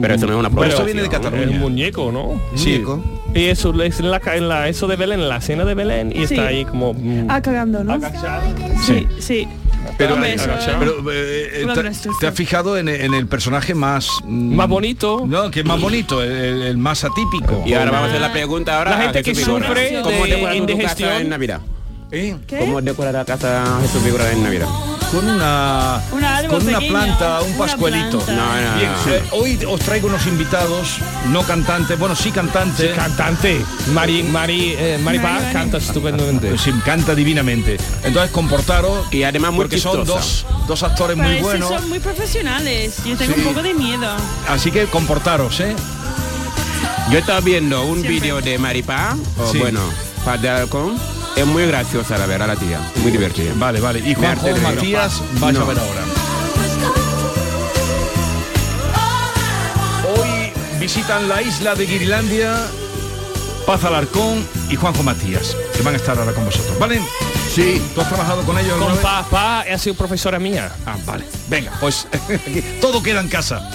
S11: Pero
S7: esto no es una Pero esto viene
S11: provocación,
S7: de Cataluña.
S11: ¿no? Es un muñeco, ¿no?
S7: Sí.
S11: Muñeco. Y eso es en la, ca- en la- eso de Belén, en la cena de Belén, y
S8: Sí.
S11: está ahí como. mm,
S8: Ah, cagando, ¿no? Sí, sí.
S7: Pero,
S8: Hombre, eso-
S7: pero, eh, eh,
S8: Una
S7: te-
S8: gracia.
S7: te has fijado en, en el personaje más mm,
S11: Más bonito.
S7: No, que es más bonito, el, el- el más atípico.
S12: Y ahora vamos a hacer la pregunta ahora.
S7: Ah. La gente
S12: a Jesús
S7: que
S12: Vigorra.
S7: sufre
S12: ¿Cómo
S7: de
S12: decorar tu
S7: indigestión?
S12: casa en Navidad?
S7: ¿Eh?
S8: ¿Qué?
S12: ¿Cómo decorar la casa Jesús Vigorra en Navidad?
S7: Con una,
S8: Un árbol
S7: con una
S8: pequeño,
S7: planta, un
S8: una
S7: pascuelito.
S8: planta. No,
S12: no,
S7: Bien,
S12: no.
S7: eh, hoy os traigo unos invitados, no cantantes, bueno, sí cantantes.
S11: cantante. Mari, Mari, eh, Mari Paz canta estupendamente.
S7: Sí, canta divinamente. Entonces comportaros. Y
S12: además muy
S7: Porque son
S12: chistosa.
S7: dos, dos actores muy
S8: Parece
S7: buenos.
S8: son muy profesionales. Yo tengo
S7: Sí.
S8: un poco de miedo.
S7: Así que comportaros, ¿eh?
S12: Yo estaba viendo un
S8: Siempre.
S12: vídeo de Maripá, o
S7: Sí.
S12: bueno, Paz de Alcón. Es muy graciosa la verdad la tía, muy divertida.
S7: Vale, vale. Y Juanjo Matías, vais a ver ahora. Hoy visitan la isla de Guirlandia Paz Alarcón y Juanjo Matías, que van a estar ahora con vosotros, ¿vale? Sí. ¿Tú has trabajado con ellos? alguna
S11: Con
S7: vez?
S11: Paz, Paz ha sido profesora mía.
S7: Ah, vale. Venga, pues todo queda en casa.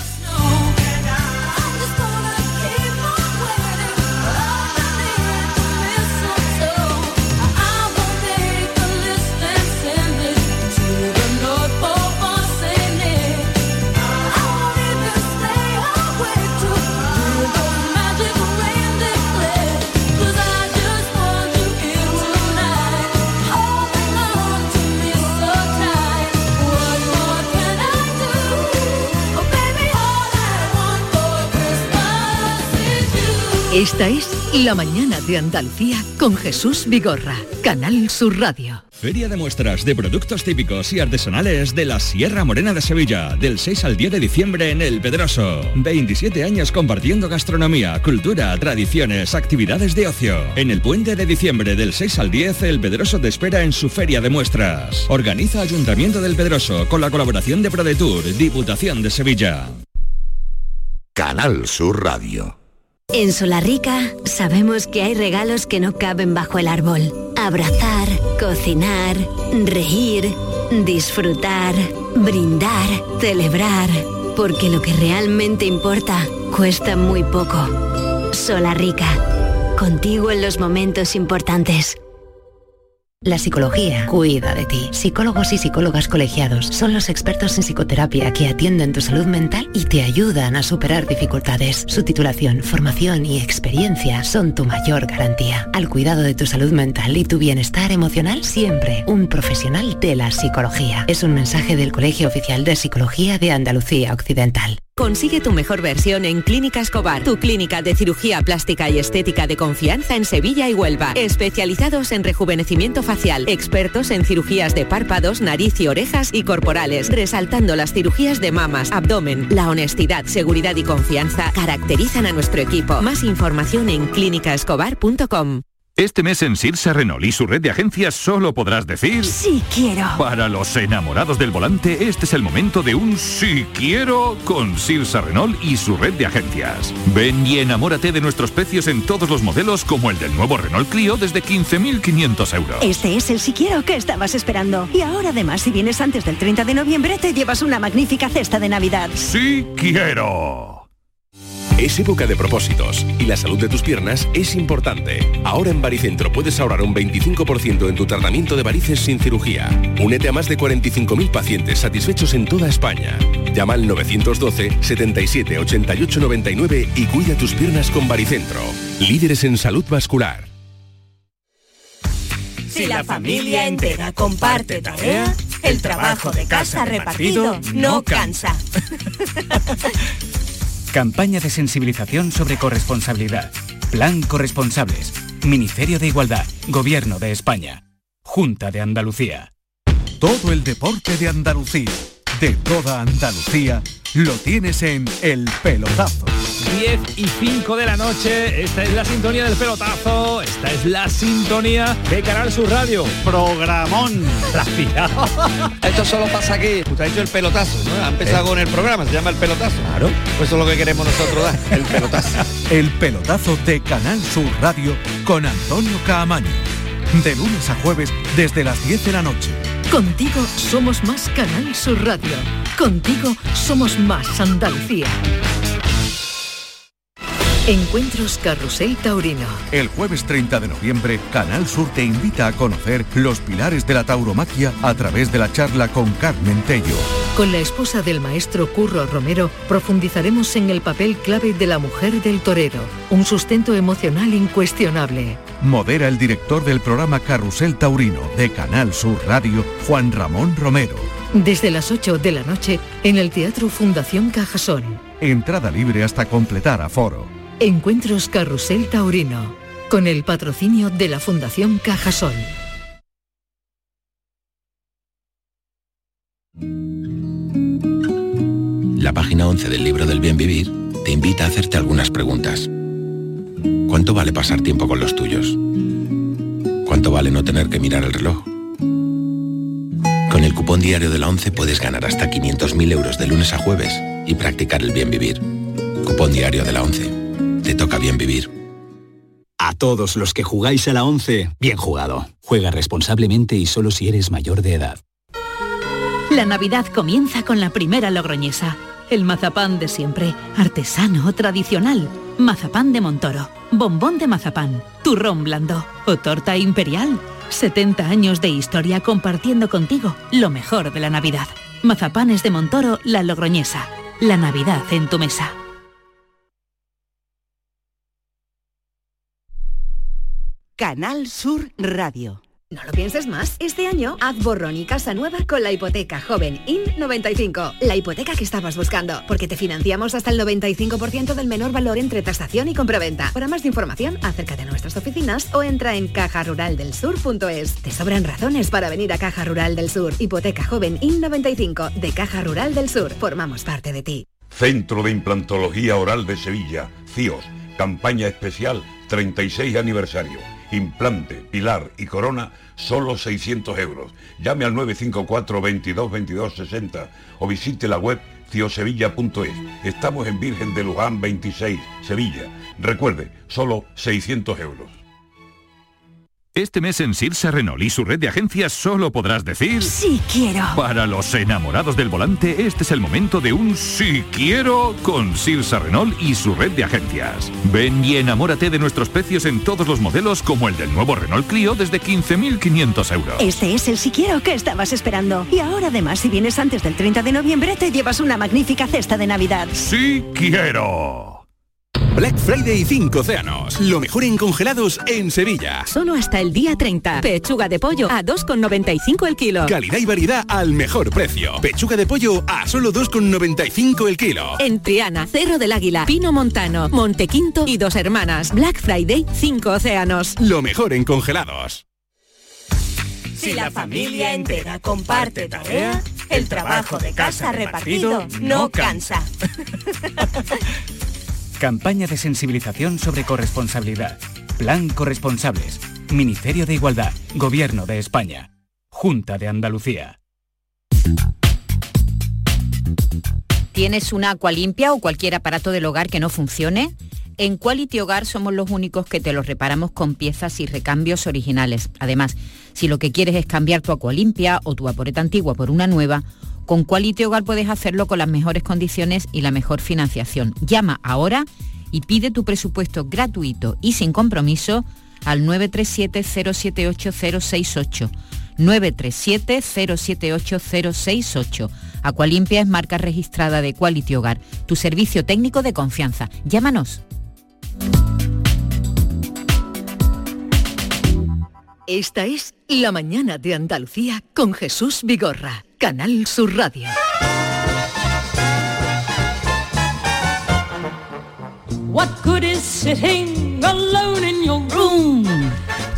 S3: Esta es La mañana de Andalucía con Jesús Vigorra, Canal Sur Radio.
S16: Feria de muestras de productos típicos y artesanales de la Sierra Morena de Sevilla, del 6 al 10 de diciembre en El Pedroso. 27 años compartiendo gastronomía, cultura, tradiciones, actividades de ocio. En el puente de diciembre del 6 al 10, El Pedroso te espera en su Feria de Muestras. Organiza Ayuntamiento del Pedroso con la colaboración de ProDetour, Diputación de Sevilla.
S17: Canal Sur Radio.
S18: En Solarica sabemos que hay regalos que no caben bajo el árbol. Abrazar, cocinar, reír, disfrutar, brindar, celebrar. Porque lo que realmente importa cuesta muy poco. Solarica, contigo en los momentos importantes.
S19: La psicología cuida de ti. Psicólogos y psicólogas colegiados son los expertos en psicoterapia que atienden tu salud mental y te ayudan a superar dificultades. Su titulación, formación y experiencia son tu mayor garantía. Al cuidado de tu salud mental y tu bienestar emocional siempre, un profesional de la psicología. Es un mensaje del Colegio Oficial de Psicología de Andalucía Occidental.
S20: Consigue tu mejor versión en Clínica Escobar, tu clínica de cirugía plástica y estética de confianza en Sevilla y Huelva. Especializados en rejuvenecimiento facial, expertos en cirugías de párpados, nariz y orejas y corporales, resaltando las cirugías de mamas, abdomen. La honestidad, seguridad y confianza caracterizan a nuestro equipo. Más información en clínicaescobar.com.
S21: Este mes en Sirsa Renault y su red de agencias solo podrás decir
S18: Sí quiero.
S21: Para los enamorados del volante, este es el momento de un sí quiero con Sirsa Renault y su red de agencias. Ven y enamórate de nuestros precios en todos los modelos como el del nuevo Renault Clio desde 15.500 euros.
S22: Este es el si quiero que estabas esperando. Y ahora además, si vienes antes del 30 de noviembre, te llevas una magnífica cesta de Navidad.
S21: Sí quiero.
S23: Es época de propósitos y la salud de tus piernas es importante. Ahora en Baricentro puedes ahorrar un 25% en tu tratamiento de varices sin cirugía. Únete a más de 45.000 pacientes satisfechos en toda España. Llama al 912 77 88 99 y cuida tus piernas con Baricentro. Líderes en salud vascular.
S24: Si la familia entera comparte tarea, el trabajo de casa repartido no cansa.
S25: Campaña de sensibilización sobre corresponsabilidad. Plan Corresponsables. Ministerio de Igualdad. Gobierno de España. Junta de Andalucía.
S7: Todo el deporte de Andalucía, de toda Andalucía, lo tienes en El Pelotazo.
S26: 10 y 5 de la noche, esta es la sintonía del pelotazo, esta es la sintonía de Canal Sur Radio. Programón.
S13: Esto solo pasa aquí. Usted ha dicho el pelotazo, ¿no? Ha empezado con el programa, se llama el pelotazo. Claro. Pues eso es lo que queremos nosotros dar, el pelotazo.
S7: El Pelotazo de Canal Sur Radio con Antonio Caamaño. De lunes a jueves desde las 10 de la noche.
S3: Contigo somos más Canal Sur Radio. Contigo somos más Andalucía. Encuentros Carrusel Taurino.
S7: El jueves 30 de noviembre, Canal Sur te invita a conocer los pilares de la tauromaquia a través de la charla con Carmen Tello.
S3: Con la esposa del maestro Curro Romero profundizaremos en el papel clave de la mujer del torero, un sustento emocional incuestionable.
S7: Modera el director del programa Carrusel Taurino de Canal Sur Radio, Juan Ramón Romero.
S3: Desde las 8 de la noche en el Teatro Fundación Cajasol.
S7: Entrada libre hasta completar aforo.
S3: Encuentros Carrusel Taurino, con el patrocinio de la Fundación Cajasol.
S4: La página 11 del libro del bien vivir te invita a hacerte algunas preguntas. ¿Cuánto vale pasar tiempo con los tuyos? ¿Cuánto vale no tener que mirar el reloj? Con el cupón diario de la 11 puedes ganar hasta 500.000 euros de lunes a jueves y practicar el bien vivir. Cupón diario de la 11. Te toca bien vivir.
S27: A todos los que jugáis a la 11, bien jugado. Juega responsablemente y solo si eres mayor de edad.
S20: La Navidad comienza con la primera logroñesa. El mazapán de siempre, artesano, tradicional. Mazapán de Montoro, bombón de mazapán, turrón blando o torta imperial. 70 años de historia compartiendo contigo lo mejor de la Navidad. Mazapanes de Montoro, la logroñesa. La Navidad en tu mesa.
S28: Canal Sur Radio.
S29: No lo pienses más. Este año haz borrón y casa nueva con la hipoteca joven IN95. La hipoteca que estabas buscando, porque te financiamos hasta el 95% del menor valor entre tasación y compraventa. Para más información, acércate a nuestras oficinas o entra en cajaruraldelsur.es. Te sobran razones para venir a Caja Rural del Sur. Hipoteca joven IN95 de Caja Rural del Sur. Formamos parte de ti.
S30: Centro de Implantología Oral de Sevilla, CIOS, campaña especial 36 aniversario. Implante, pilar y corona, solo 600 euros. Llame al 954 22 22 60 o visite la web ciosevilla.es. Estamos en Virgen de Luján 26, Sevilla. Recuerde, solo 600 euros.
S21: Este mes en Sirsa Renault y su red de agencias solo podrás decir
S22: Sí quiero.
S21: Para los enamorados del volante, este es el momento de un sí quiero con Sirsa Renault y su red de agencias. Ven y enamórate de nuestros precios en todos los modelos como el del nuevo Renault Clio desde 15.500 euros.
S22: Este es el si quiero que estabas esperando. Y ahora además, si vienes antes del 30 de noviembre, te llevas una magnífica cesta de Navidad.
S21: Sí quiero.
S31: Black Friday 5 Océanos. Lo mejor en congelados en Sevilla.
S32: Solo hasta el día 30. Pechuga de pollo a 2,95 el kilo.
S31: Calidad y variedad al mejor precio. Pechuga de pollo a solo 2,95 el kilo.
S32: En Triana, Cerro del Águila, Pino Montano, Montequinto y Dos Hermanas. Black Friday 5 Océanos.
S31: Lo mejor en congelados.
S24: Si la familia entera comparte tarea, el trabajo de casa repartido no cansa.
S25: Campaña de sensibilización sobre corresponsabilidad. Plan Corresponsables. Ministerio de Igualdad. Gobierno de España. Junta de Andalucía.
S33: ¿Tienes una agua limpia o cualquier aparato del hogar que no funcione? En Quality Hogar somos los únicos que te los reparamos con piezas y recambios originales. Además, si lo que quieres es cambiar tu agua limpia o tu vaporeta antigua por una nueva, Con Quality Hogar puedes hacerlo con las mejores condiciones y la mejor financiación. Llama ahora y pide tu presupuesto gratuito y sin compromiso al 937-078-068. 937-078-068. Acualimpia es marca registrada de Quality Hogar, tu servicio técnico de confianza. Llámanos.
S3: Esta es La mañana de Andalucía con Jesús Vigorra, Canal Sur Radio.
S34: What good is sitting alone in your room?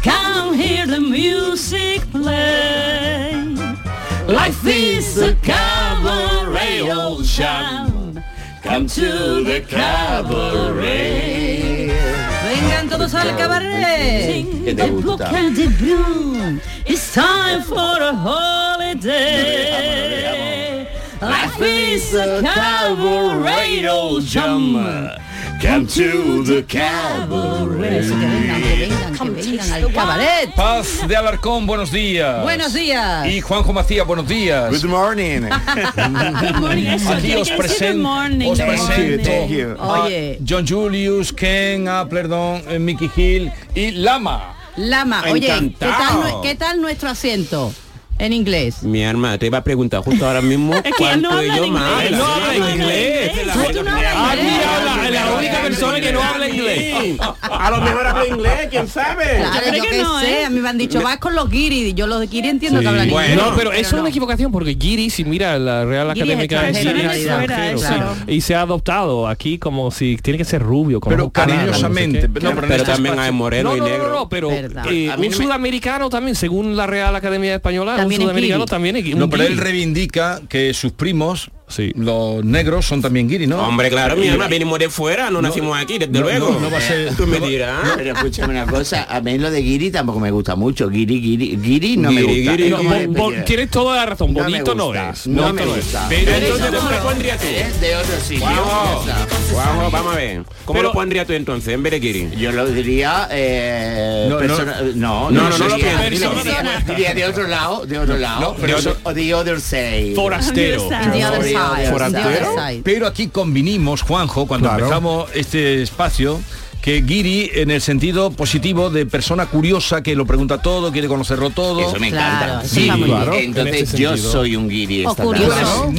S34: Come hear the music play. Life is a cabaret, old chum. Come to the cabaret.
S17: Vengan todos al cabaret.
S34: Que te gusta. It's time for a holiday. Life is a cabaret, old chum. Come to the cabaret.
S33: Vengan al cabaret.
S7: Paz de Alarcón, buenos días.
S33: Buenos días.
S7: Y Juanjo Macías, buenos días. Good morning.
S17: Ah,
S7: Aquí os presento. Os presento a
S33: Oye.
S7: John Julius, Ken Appleton, eh, Mickey Hill y Lama.
S17: Lama, oye, ¿qué tal,
S7: Encantado.
S17: nue- qué tal nuestro acento en inglés?
S11: Mi arma, te iba a preguntar justo ahora mismo
S17: que él
S11: cuánto
S17: no habla en
S11: idioma
S17: inglés.
S11: hablas.
S17: Él no habla en
S11: inglés. Aquí habla es la única persona que no habla inglés. A lo mejor habla inglés, quién sabe.
S17: Claro, yo, que
S11: ¿eh?
S17: sé, a mí me han dicho, vas con los guiris, yo los guiris entiendo que hablan inglés.
S11: no, pero eso es una equivocación porque Giri, si mira la Real
S17: Giri es
S11: Académica de
S17: extranjero,
S11: Giri,
S17: en realidad,
S11: sí.
S17: claro.
S11: y se ha adoptado aquí como si tiene que ser rubio, como
S7: Pero
S11: canario, no sé
S7: cariñosamente,
S11: qué.
S7: pero este no, pero no estás
S11: también hay
S7: macho.
S11: moreno
S7: No,
S11: y
S7: no, no,
S11: negro.
S7: no,
S11: pero
S7: eh,
S11: un
S7: un
S11: sudamericano también, según la Real Academia Española, También es un guiri. sudamericano también es
S7: No,
S11: un
S7: pero él
S11: guiri.
S7: reivindica que sus primos, los negros, son también guiri, ¿no?
S11: Hombre, claro, mi
S7: Y-
S11: hermana, venimos de fuera, no, nacimos aquí, desde
S7: no,
S11: luego.
S7: no, no va a ser-
S11: Tú me
S7: no va-
S11: dirás.
S14: Pero escúchame una cosa, a mí lo de Giri tampoco me gusta mucho. Giri, Giri, Giri no me
S11: Guiri,
S14: gusta.
S11: guiri,
S14: Es
S11: no,
S14: como
S11: bo-
S14: de-
S11: bo- tienes toda la razón,
S14: No me
S11: bonito no,
S14: gusta,
S11: es.
S14: no
S11: bonito
S14: me
S11: es.
S14: gusta.
S11: Pero
S14: Pero
S11: entonces,
S14: eso
S11: ¿cómo
S14: no.
S11: lo pondrías tú?
S14: Es de otro sitio,
S11: Guau.
S14: ya está.
S11: Guau, Pues vamos a ver. ¿Cómo
S14: Pero-
S11: lo pondrías tú entonces en vez de guiri?
S14: Yo lo diría... eh,
S11: No, no.
S14: persona-
S11: No,
S14: no,
S11: no, no lo
S14: diría-
S11: pienses,
S14: diría-
S11: no lo pienses.
S14: Diría de otro lado, de otro lado.
S7: pero
S14: de
S7: eso-
S14: otro- o the other side.
S7: Forastero.
S14: The other side.
S7: Forastero. Pero aquí convinimos, Juanjo, cuando
S14: Claro.
S7: empezamos este espacio, que Giri, en el sentido positivo de persona curiosa que lo pregunta todo, quiere conocerlo todo.
S14: Eso me encanta. Giri, Entonces yo soy un guiri esta tarde.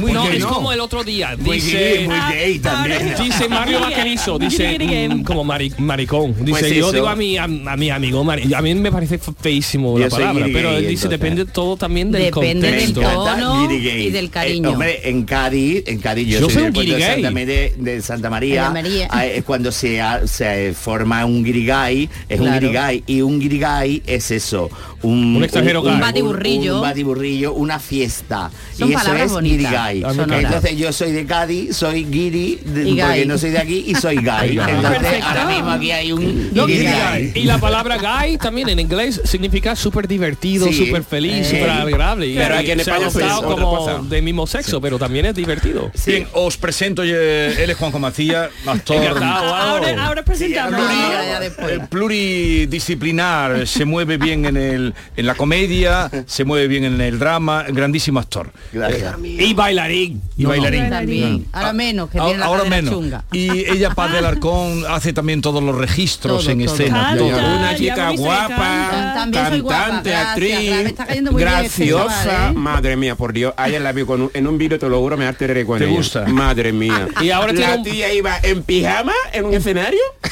S11: Muy no, es como el otro día.
S14: Muy
S11: Dice, Ah,
S14: gay, muy gay también.
S11: dice Mario Vaquerizo, dice
S14: Gay, gay.
S11: mm, como mari- maricón. Dice,
S14: Pues
S11: yo
S14: eso.
S11: digo a mi, a, a mi amigo, mari- a mí me parece feísimo la
S14: Yo soy
S11: palabra,
S14: gay,
S11: pero él dice,
S14: entonces.
S11: depende todo también del
S14: Depende del
S11: contexto.
S14: tono Me encanta Giri Gay. y del cariño. Eh, hombre, en Cádiz, en Cádiz, yo,
S11: Yo soy
S14: soy del
S11: un
S14: pueblo de
S11: guirigay.
S14: Santa, Mere- de Santa María.
S17: Santa María.
S14: Ah, eh, cuando se, ha- se forma un guirigay, es un
S17: Claro.
S14: guirigay. Y un guirigay es eso, un,
S11: Un extranjero gay.
S14: un,
S11: Un
S14: batiburrillo.
S11: batiburrillo.
S14: Un batiburrillo, una fiesta.
S11: Son
S14: y eso
S11: palabras
S14: es
S11: bonitas,
S14: guirigay.
S11: sonoras.
S14: Entonces yo soy de Cádiz, soy guiri, de-
S11: Y
S14: porque
S11: gay.
S14: no soy de aquí y soy gay.
S11: Y gay.
S14: Entonces
S11: Perfecto.
S14: ahora mismo aquí hay un
S11: No, guiri
S14: guirigay.
S11: gay. y la palabra guy también en inglés significa súper divertido,
S14: Sí.
S11: súper feliz,
S14: Sí.
S11: súper agradable. Y
S14: Pero
S11: y
S14: aquí en
S11: se ha
S14: España es
S11: adoptado
S14: otra cosa.
S11: como de mismo sexo, pero también es divertido.
S7: Bien, os presento, eh, él es Juanjo Macías, actor.
S8: Ah,
S11: Encantado,
S17: Ahora, ahora presentamos. Ahora ya después.
S7: Eh, pluridisciplinar, se mueve bien en, el, en la comedia, se mueve bien en el drama, grandísimo actor. Eh,
S11: y bailarín. Ah,
S7: Y bailarín.
S17: También. Ahora menos, que tiene
S7: Ahora,
S17: la
S7: ahora
S17: cadera
S7: menos.
S17: chunga.
S7: Y ella, Paz del Arcón, hace también todos los registros
S17: Todo,
S7: en
S17: todo.
S7: escena.
S17: Canta,
S7: todo.
S11: Una chica
S17: Tan-
S11: guapa,
S17: también soy guapa,
S11: cantante,
S17: gracias,
S11: actriz,
S17: gracias, me está cayendo muy bien este
S11: graciosa.
S17: chaval, ¿eh?
S11: Madre mía, por Dios. Ayer la vi con un- en un vídeo, te lo juro, me harté de reír con
S7: ¿Te
S11: ella.
S7: gusta?
S11: Madre mía. Y ahora tiene la un- tía iba en pijama en un escenario.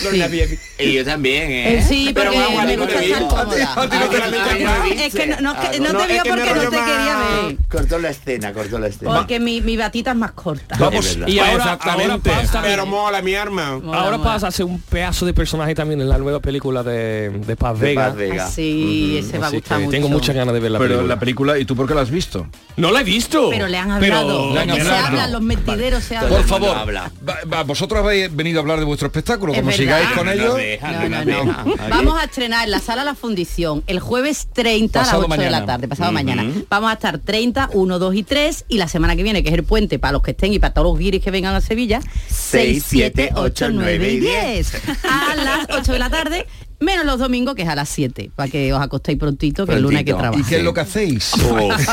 S11: No la vi.
S14: Y yo también, ¿eh?
S17: Eh, sí,
S11: Pero
S17: porque
S11: guagua,
S17: me
S11: no te
S17: gusta
S11: vi.
S17: estar cómoda.
S11: A ti no te la Ah, vi,
S17: Ah,
S11: guagua.
S17: Es que no, no, es que no
S14: No,
S17: te
S14: es
S17: veo
S14: que me
S17: porque no
S14: rollo
S17: te
S14: más-
S17: quería ver.
S14: Cortó la escena, cortó la escena.
S17: Porque mi, mi batita es más corta.
S11: Vamos, y ahora,
S14: Pues Exactamente.
S11: ahora pasa,
S14: Pero
S11: mola mi arma.
S17: Mola,
S11: ahora
S17: mola.
S11: pasa a ser un pedazo de personaje también en la nueva película de, de Paz
S14: De
S11: Vega.
S14: Paz Vega.
S17: Ah, sí, ese va a
S11: Así
S17: gustar
S11: que
S17: mucho.
S11: Tengo muchas ganas de ver la
S7: Pero
S11: película.
S7: la película, ¿y tú por qué la has visto?
S11: No la he visto.
S17: Pero le han
S11: Pero-
S17: hablado.
S11: le han
S17: se
S11: hablado.
S17: hablan, los mentideros se hablan.
S7: Por favor, va- va, vosotros habéis venido a hablar de vuestro espectáculo,
S17: Es
S7: como
S17: verdad.
S7: sigáis con
S11: Ah,
S17: No
S7: ellos.
S17: No, no, no. Vamos a estrenar en la sala La Fundición el jueves 30
S7: Pasado
S17: a las 8 de
S7: mañana.
S17: la tarde, pasado
S7: Ujú.
S17: mañana. Vamos a estar 30, 1, 2 y 3 y la semana que viene, que es el puente para los que estén y para todos los guiris que vengan a Sevilla, 6, 7, 8, 9 y 10 a las 8 de la tarde menos los domingos, que es a las 7, para que os acostéis prontito, que el lunes hay que
S7: ¿Y
S17: trabajar.
S7: qué es lo que hacéis?
S14: Pues,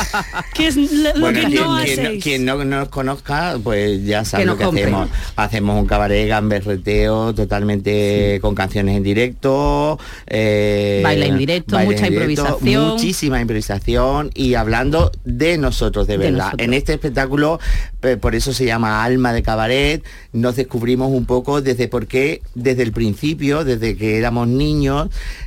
S17: ¿Qué es lo
S14: Bueno,
S17: que
S14: quien,
S17: no
S14: quien no-
S17: hacéis?
S14: quien no nos conozca, pues ya sabe
S17: Que nos
S14: lo que
S17: compre.
S14: hacemos. Hacemos un cabaret gamberreteo totalmente con canciones en directo. eh,
S17: Baila en directo,
S14: baile
S17: mucha
S14: en
S17: improvisación.
S14: Muchísima improvisación y hablando de nosotros, de
S17: De
S14: verdad.
S17: nosotros.
S14: En este espectáculo, pe- por eso se llama Alma de Cabaret, nos descubrimos un poco desde por qué, desde el principio, desde que éramos niños,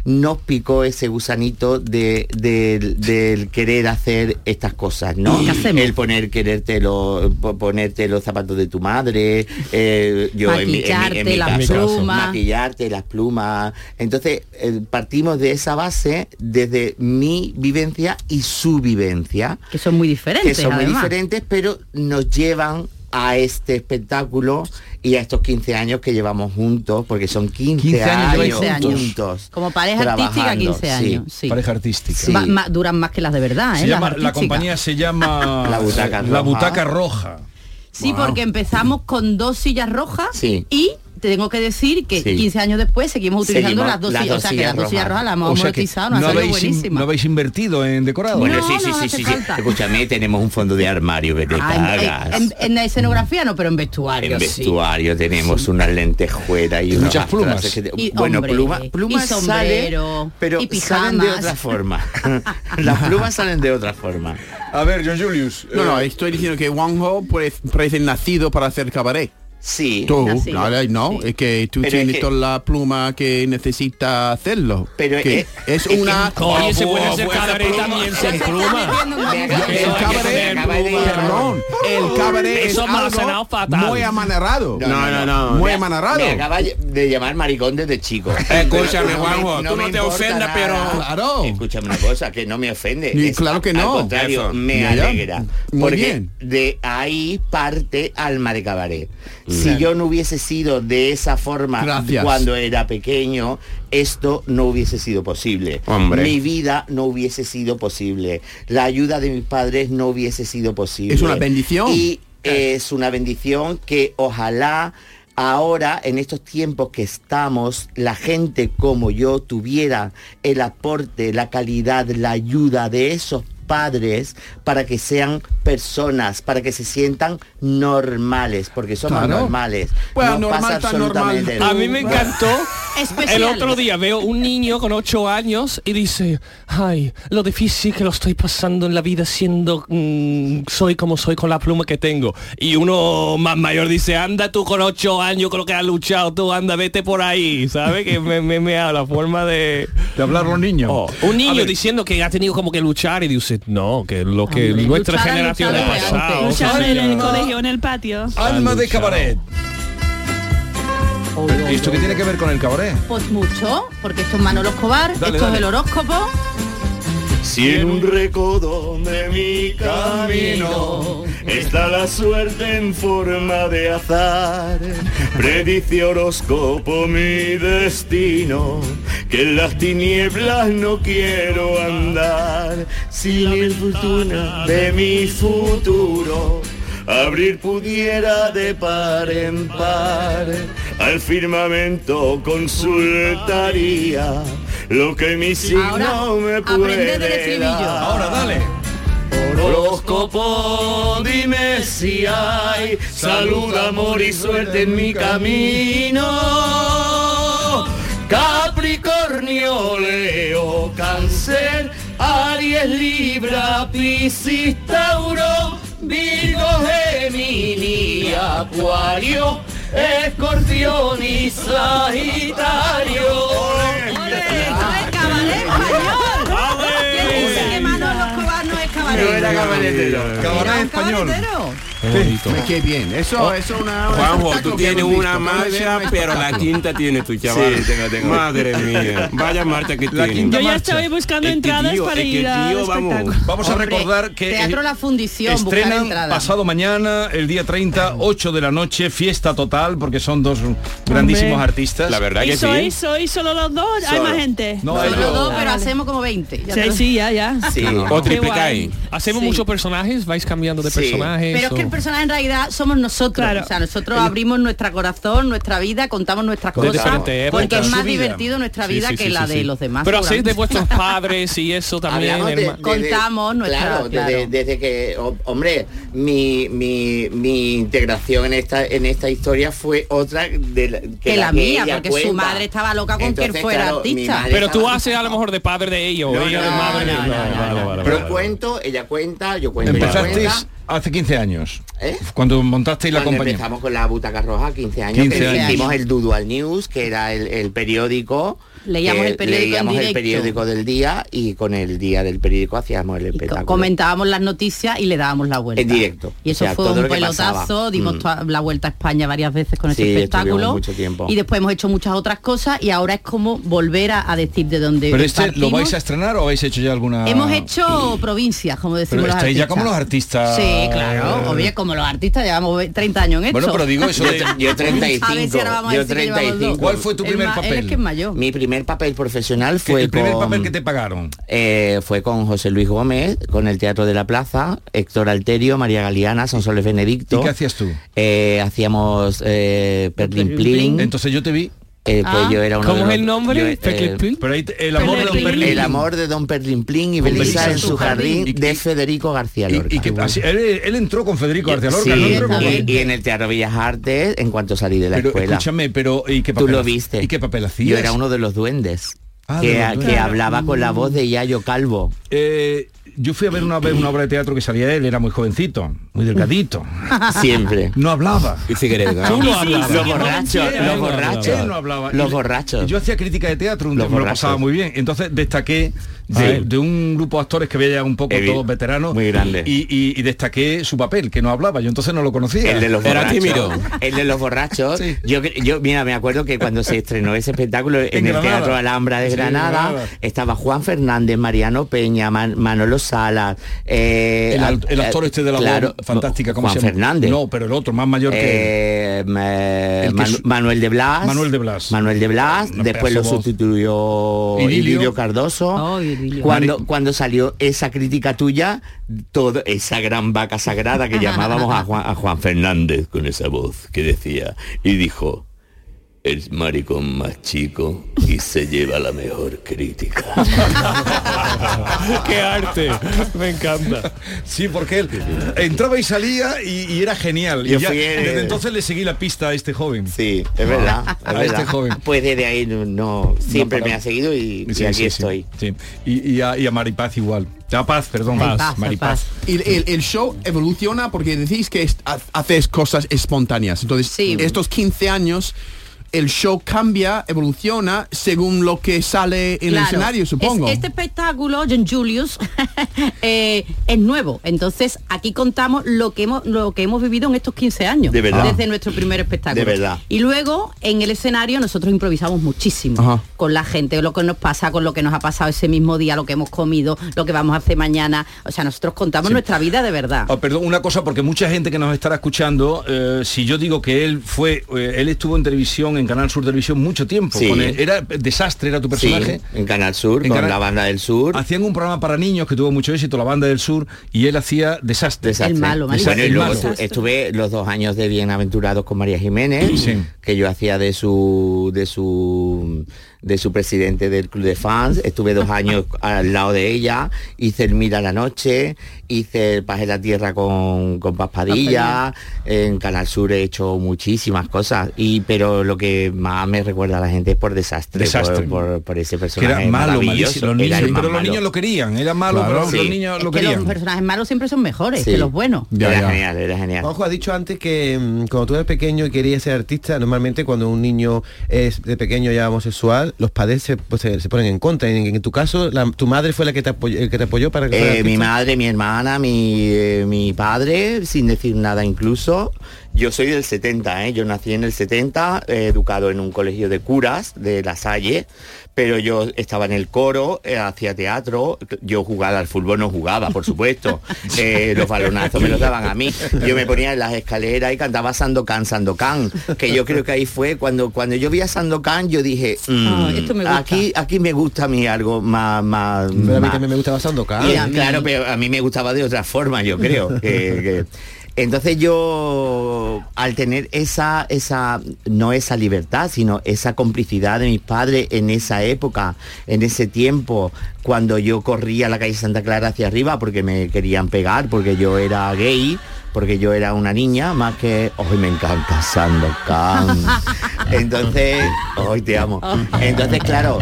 S14: nos picó ese gusanito de, del- del querer hacer estas cosas, ¿no? El poner quererte los, po- ponerte los zapatos de tu madre, eh, yo en mi- en mi- en mi
S17: Maquillarte las
S14: caso,
S17: plumas.
S14: maquillarte las plumas. Entonces, eh, partimos de esa base desde mi vivencia y su vivencia
S17: Que son muy diferentes,
S14: que son muy
S17: además.
S14: diferentes, pero nos llevan a este espectáculo y a estos 15 años que llevamos juntos, porque son 15,
S7: 15 años
S14: años,
S7: lleváis juntos.
S14: juntos.
S17: Como pareja artística, 15 años.
S14: sí.
S7: Pareja artística.
S17: Va- ma- duran más que las de verdad,
S7: Se
S17: ¿eh?
S7: llama-
S17: Las
S7: la
S17: artísticas.
S7: compañía se llama
S14: La Butaca
S7: La
S14: Roja.
S7: Butaca Roja.
S17: Sí,
S7: Wow.
S17: porque empezamos con dos sillas rojas
S7: Sí.
S17: y tengo que decir que
S7: Sí.
S17: 15 años después seguimos utilizando
S7: Seguimos
S17: las dos
S7: las
S17: sillas,
S7: dos
S17: o sea que
S7: sillas
S17: las dos sillas
S7: rojas.
S17: rojas las hemos
S7: O sea que
S17: amortizado, nos
S7: no
S17: ha salido
S7: habéis in-
S17: buenísima.
S7: no habéis invertido en decorado.
S14: Bueno, sí,
S17: no
S14: sí, sí,
S17: hace
S14: sí, sí.
S17: falta.
S14: Escúchame, tenemos un fondo de armario que te
S17: Ah, en-
S14: cagas.
S17: en, en la escenografía no, pero en vestuario.
S14: En
S17: sí.
S14: vestuario tenemos unas lentejuelas y,
S7: muchas
S14: unas plumas.
S17: Y
S14: bueno,
S17: hombre,
S14: plumas, plumas
S17: y
S14: sale,
S17: sombrero,
S14: pero
S17: y
S14: salen de
S17: pijamas.
S14: otra forma. Las plumas salen de otra forma.
S7: A ver, John Julius. eh,
S10: No, no, estoy diciendo que Wang Ho parece, parece nacido para hacer cabaret.
S14: Sí.
S10: Tú,
S14: Nacido,
S10: ahora no, es que tú
S14: Pero es
S10: tienes
S14: que-
S10: toda la pluma que necesita hacerlo.
S14: Pero
S10: que
S14: es-
S10: es,
S14: es
S10: una... pues,
S14: que- Oye, se puede hacer cabaret
S11: también sin pluma.
S10: El cabaret, perdón, el cabaret
S11: Eso
S10: es
S11: me ha
S10: algo
S11: sonado fatal.
S10: muy amanerado.
S14: Me-
S10: Muy amanerado.
S14: Me acaba de llamar maricón desde chico.
S10: Escúchame,
S14: No me-
S10: Juanjo, tú
S14: me
S10: no te
S14: importa
S10: ofendas,
S14: nada.
S10: pero-
S14: Escúchame una cosa, que no me ofende.
S10: Ni-
S14: Es-
S10: claro que no.
S14: Al contrario,
S10: Eso.
S14: me
S10: Mira,
S14: alegra.
S10: muy
S14: porque
S10: bien.
S14: de ahí parte alma de cabaret. Si yo no hubiese sido de esa forma
S10: Gracias.
S14: cuando era pequeño, esto no hubiese sido posible.
S10: Hombre.
S14: Mi vida no hubiese sido posible. La ayuda de mis padres no hubiese sido posible.
S10: Es una bendición.
S14: Y es una bendición que ojalá ahora, en estos tiempos que estamos, la gente como yo tuviera el aporte, la calidad, la ayuda de esos padres para que sean personas, para que se sientan normales, porque somos
S11: Claro.
S14: normales.
S11: Bueno,
S14: no
S11: normal,
S14: pasa
S11: tan normal.
S14: absolutamente nada.
S11: A mí me encantó El
S17: Especiales.
S11: otro día veo un niño con ocho años y dice, ay, lo difícil que lo estoy pasando en la vida siendo mm, soy como soy con la pluma que tengo. Y uno más mayor dice, anda tú con ocho años con lo que has luchado, tú anda, vete por ahí, ¿sabes? Que me, me, me da la forma de... Oh,
S7: De hablar los niños.
S11: Un niño diciendo que ha tenido como que luchar y dice, no, que lo que nuestra
S8: luchar,
S11: generación ha
S8: luchar,
S11: pasado.
S8: Luchar en el
S11: ¿sabes?
S8: colegio, en el patio.
S7: Alma de cabaret. ¿Y esto qué tiene que ver con el cabaret?
S17: Pues mucho, porque esto es Manolo Escobar,
S7: Dale,
S17: esto
S7: dale.
S17: es el horóscopo.
S6: Si en un recodo de mi camino está la suerte en forma de azar, predice horóscopo mi destino, que en las tinieblas no quiero andar. Si la fortuna de mi futuro abrir pudiera de par en par, al firmamento consultaría lo que mi signo me puede dar. Ahora dale. Horóscopo, dime si hay salud, amor y suerte en mi camino. Capricornio, Leo, Cáncer, Aries, Libra, Piscis, Tauro, Virgo, Gemini, Acuario, Escorpión y Sagitario.
S11: este
S14: Yo era
S10: cabaretero.
S17: Era
S10: Cabaret
S17: un
S10: español.
S17: cabaretero.
S10: Me quedé bien. Eso, eso es una...
S12: Oh, Juanjo, tú
S10: espectáculo que
S12: tienes
S10: es un
S12: una
S10: disco, que es un
S12: marcha, pero la
S10: espectáculo.
S12: quinta tienes tú, chaval.
S10: Sí, tengo, tengo.
S12: Madre mía, vaya marcha que
S10: La
S12: tienes.
S10: quinta
S8: Yo ya estaba buscando
S12: Es que,
S8: entradas
S12: tío,
S8: para
S12: es que,
S8: ir al
S12: tío, vamos.
S8: espectáculo.
S7: Vamos a recordar que
S17: Teatro La Fundición, buscar
S7: estrenan
S17: entradas.
S7: pasado mañana, el día 30, 8 de la noche, fiesta total, porque son dos grandísimos
S8: Hombre.
S7: artistas. La verdad
S8: ¿Y sois, sois solo los dos? ¿Hay
S7: Solo.
S8: más gente?
S7: No, hay Solo dos.
S17: Pero hacemos como 20. ya te
S8: Sí,
S17: lo-
S8: sí, ya, ya.
S7: Sí.
S8: Qué guay.
S11: Ah, Hacemos con muchos personajes, vais cambiando de personajes.
S17: Pero es que el
S11: o-
S17: personaje en realidad somos nosotros. O sea, nosotros abrimos nuestro corazón, nuestra vida, contamos nuestras
S11: Con
S17: cosas.
S11: diferentes épocas.
S17: Porque es más
S11: ¿eh? Su vida.
S17: divertido nuestra
S11: Sí,
S17: vida
S11: sí,
S17: que
S11: sí,
S17: la
S11: sí,
S17: de
S11: sí.
S17: los demás.
S11: Pero hacéis de
S17: seguramente.
S11: vuestros padres y eso también.
S14: Hablamos de-
S11: herma-
S14: de-
S17: Contamos nuestra-
S14: claro, desde,
S17: claro.
S14: desde que ho- hombre mi, mi, mi integración en esta en esta historia fue otra de la, que,
S17: que la
S14: que
S17: mía,
S14: ella
S17: porque su
S14: cuenta.
S17: madre estaba loca con que
S14: Entonces,
S17: él fuera
S14: claro, mi
S17: artista.
S14: madre
S11: Pero tú haces a lo mejor de padre de ellos. o ella de madre de- Vale, vale, vale,
S14: pero
S11: vale.
S14: cuento ella cuenta yo cuento ella
S7: Empezasteis
S14: cuenta.
S7: hace 15 años.
S14: ¿Eh?
S7: Cuando montasteis la
S14: Cuando
S7: compañía.
S14: empezamos con la butaca roja 15 años
S7: 15
S14: que
S7: años.
S14: hicimos el Dudual News que era el, el periódico
S17: Leíamos
S14: que
S17: el periódico en
S14: leíamos el
S17: directo.
S14: periódico del día y con el día del periódico hacíamos el espectáculo
S17: Comentábamos las noticias y le dábamos la vuelta.
S14: en directo
S17: Y eso
S14: O sea,
S17: fue
S14: todo
S17: un
S14: lo que pasaba.
S17: pelotazo, dimos
S14: Mm.
S17: toda la vuelta a España varias veces con
S14: Sí,
S17: ese
S14: estuvimos
S17: espectáculo.
S14: mucho tiempo.
S17: Y después hemos hecho muchas otras cosas y ahora es como volver a, a decir de dónde
S7: Pero este lo
S17: partimos.
S7: vais a estrenar o habéis hecho ya alguna.
S14: Ah.
S17: Hemos hecho provincias, como decimos
S7: Pero
S17: los
S7: estáis ya
S17: artistas.
S7: como los artistas.
S17: Sí, claro. Oye, como los artistas llevamos ve- 30 años en esto.
S14: Bueno, pero digo eso de- yo 35,
S17: A ver si ahora vamos a
S14: yo
S17: decir que llevamos
S14: 35.
S17: dos.
S14: ¿Cuál fue tu
S17: El
S14: primer
S17: ma- él
S14: papel?
S17: es que es mayor.
S14: Mi primer papel profesional fue
S7: el primer
S14: con-
S7: papel que te pagaron.
S14: eh, fue con José Luis Gómez, con el Teatro de la Plaza, Héctor Alterio, María Galeana, Sonsoles Benedicto.
S7: ¿Y qué hacías tú?
S14: Eh, hacíamos eh, Perlin Plin.
S7: Entonces yo te vi.
S14: Eh, pues
S7: Ah.
S14: yo era uno
S7: ¿Cómo
S14: de
S7: es
S14: los-
S7: el nombre?
S14: yo, eh,
S7: Perlin Plin. Pero ahí te- el amor de don Perlin Plin.
S14: El amor de don Perlin Plin y
S7: Con
S14: Belisa
S7: Belisa
S14: en su jardín de Federico García Lorca.
S7: Y que así- él, él entró con Federico García Lorca.
S14: Sí,
S7: ¿no? Entró con-
S14: y, y en el Teatro Bellas Artes ¿eh? en cuanto salí de la
S7: Pero
S14: escuela.
S7: escúchame, pero ¿y qué
S14: Tú
S7: papel?
S14: lo
S7: ha-
S14: viste.
S7: ¿Y qué papel hacías?
S14: Yo era uno de los duendes.
S7: Ah, de
S14: que,
S7: los
S14: que
S7: duendes. Mm.
S14: hablaba con la voz de Yayo Calvo.
S7: Eh, yo fui a ver una vez una obra de teatro que salía él, era muy jovencito, muy delgadito.
S14: Siempre.
S7: No hablaba.
S14: Y cigareta.
S7: Tú
S14: Sí,
S7: no
S14: sí,
S7: hablabas.
S14: sí, Los sí, borrachos,
S7: Él
S14: los
S7: no hablaba.
S14: borrachos.
S7: Él no hablaba.
S14: Los
S7: Y le-
S14: borrachos.
S7: Yo hacía crítica de teatro, un
S14: Los
S7: tiempo me lo
S14: borrachos. Ah,
S7: pasaba muy bien. Entonces destaqué de,
S14: Sí.
S7: de un grupo de actores que veía ya un poco
S14: Evi-
S7: todos veteranos.
S14: muy grande.
S7: Y, y- y destaqué su papel, que no hablaba. Yo entonces no lo conocía.
S14: El de los borrachos. El de los borrachos. Yo, cre- yo, mira, me acuerdo que cuando se estrenó ese espectáculo en,
S7: En
S14: el
S7: Granada.
S14: Teatro Alhambra de
S7: Sí, en
S14: Granada,
S7: Granada.
S14: estaba Juan Fernández, Mariano Peña, Man- Manolo Salas. eh,
S7: El, al- el actor
S14: eh,
S7: este de la
S14: claro,
S7: voz fantástica, ¿cómo
S14: Juan
S7: se llama?
S14: Fernández.
S7: No, pero el otro, más mayor que él.
S14: Eh, ma-
S7: El que
S14: Manu-
S7: su-
S14: Manuel de Blas.
S7: Manuel de Blas.
S14: Manuel de Blas,
S7: Una
S14: después lo
S7: pedazo voz.
S14: sustituyó
S7: Idilio.
S14: Idilio, Cardoso. cuando, cuando salió esa crítica tuya, todo, esa gran vaca sagrada que llamábamos a Juan, a Juan Fernández con esa voz que decía y dijo, es maricón más chico y se lleva la mejor crítica.
S11: ¡Qué arte! Me encanta.
S7: Sí, porque él entraba y salía y, y era genial.
S14: Yo
S7: y ya
S14: fui, eh,
S7: desde entonces le seguí la pista a este joven.
S14: Sí, Es verdad, es
S7: a
S14: verdad.
S7: este joven.
S14: Pues desde ahí no, no- siempre
S7: paramos.
S14: me ha seguido y, y
S7: Sí,
S14: aquí
S7: sí, sí.
S14: estoy.
S7: Sí. Y, y a, y a Maripaz igual. A Paz, perdón.
S10: Paz,
S7: Maripaz.
S10: El, el- el show evoluciona porque decís que es- ha- haces cosas espontáneas. Entonces, estos 15 años, el show cambia, evoluciona según lo que sale en el
S17: Claro.
S10: escenario, supongo.
S17: Es- este espectáculo, John Julius, eh, es nuevo. Entonces, aquí contamos lo que hemos lo que hemos vivido en estos 15 años.
S14: De verdad.
S17: Desde nuestro primer
S14: De
S17: espectáculo.
S14: verdad.
S17: Y luego, en el escenario, nosotros improvisamos muchísimo
S14: Ajá.
S17: con la gente, lo que nos pasa, con lo que nos ha pasado ese mismo día, lo que hemos comido, lo que vamos a hacer mañana. O sea, nosotros contamos nuestra vida de verdad.
S7: Ah, perdón, una cosa, porque mucha gente que nos estará escuchando, eh, si yo digo que él fue, eh, él estuvo en televisión, en Canal Sur Televisión, mucho tiempo.
S14: Sí.
S7: con él. Era desastre, era tu personaje.
S14: Sí, en Canal Sur,
S7: En
S14: con
S7: Canal- Ah,
S14: la banda del sur.
S7: Hacían un programa para niños que tuvo mucho éxito, la banda del sur, y él hacía desastre.
S14: Desastre.
S7: Desastre,
S14: Bueno, y
S7: el
S14: luego
S7: malo.
S14: estu- estuve los dos años de Bienaventurados con María Jiménez,
S7: Sí.
S14: que yo hacía de su de su de su presidente del club de fans. Estuve dos años al lado de ella, hice el Mira la Noche, hice el Paz en la Tierra con, con Paz Padilla. En Canal Sur he hecho muchísimas cosas. Y pero lo que más me recuerda a la gente es por desastre,
S7: Desastre.
S14: Por, por- por ese
S7: Que
S14: personaje.
S7: era malo, malísimo.
S14: maravilloso.
S7: Los
S14: Era
S7: niños, pero
S14: el más
S7: los
S14: malo.
S7: niños lo querían. Era malo,
S14: Claro,
S7: pero
S14: sí.
S7: los niños lo
S17: Es que los
S7: querían.
S17: personajes malos siempre son mejores
S14: Sí.
S17: que los buenos.
S14: era
S9: ya.
S14: genial, era genial.
S9: Juanjo ha dicho antes que mm, cuando tú eres pequeño y querías ser artista, normalmente cuando un niño es de pequeño ya homosexual, los padres se, pues, se, se ponen en contra. En, en tu caso, la- tu madre fue la que te apoyó, el que te apoyó para que fueras
S14: Eh, mi
S9: artista.
S14: madre, mi hermana, mi, eh, mi padre, sin decir nada incluso, Yo soy del 70, ¿eh? yo nací en el 70, eh, educado en un colegio de curas de La Salle, pero yo estaba en el coro, eh, hacía teatro, yo jugaba al fútbol, no jugaba, por supuesto, Eh, los balonazos me los daban a mí, yo me ponía en las escaleras y cantaba Sandokan, Sandokan, que yo creo que ahí fue cuando, cuando yo vi a Sandokan, yo dije, mm,
S35: Ah, esto me gusta.
S14: Aquí, aquí me gusta a mí algo más... más,
S35: Pero a mí
S14: más-
S35: también me gusta bastante
S14: y a- Claro, pero a mí me gustaba de otra forma, yo creo. que- que- Entonces yo, al tener esa, esa, no esa libertad, sino esa complicidad de mis padres en esa época, en ese tiempo, cuando yo corría la calle Santa Clara hacia arriba porque me querían pegar, porque yo era gay, porque yo era una niña, más que, hoy me encanta Sandokan. Entonces, hoy te amo. Entonces, claro,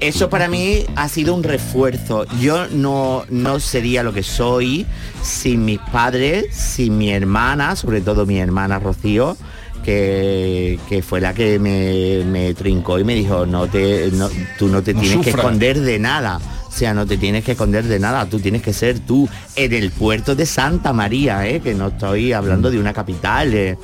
S14: eso para mí ha sido un refuerzo. Yo no, no sería lo que soy sin mis padres, sin mi hermana, sobre todo mi hermana Rocío. Que, que fue la que me, me trincó y me dijo, no te, no- tú no te
S36: No
S14: tienes que
S36: sufras.
S14: esconder de nada. O sea, no te tienes que esconder de nada, tú tienes que ser tú en el puerto de Santa María, ¿eh? que no estoy hablando de una capital. ¿eh?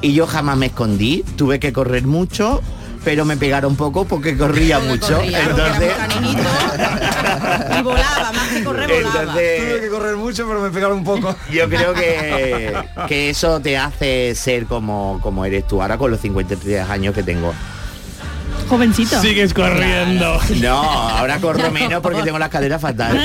S14: Y yo jamás me escondí, tuve que correr mucho, pero me pegaron poco porque corría mucho. Entonces,
S17: Y volaba, más que correr, volaba.
S14: Tuve
S25: que correr mucho, pero me pegaron un poco.
S14: Yo creo que, que eso te hace ser como, como eres tú ahora con los 53 años que tengo.
S13: Jovencito.
S11: Sigues corriendo.
S14: No, ahora corro menos porque tengo las caderas fatal.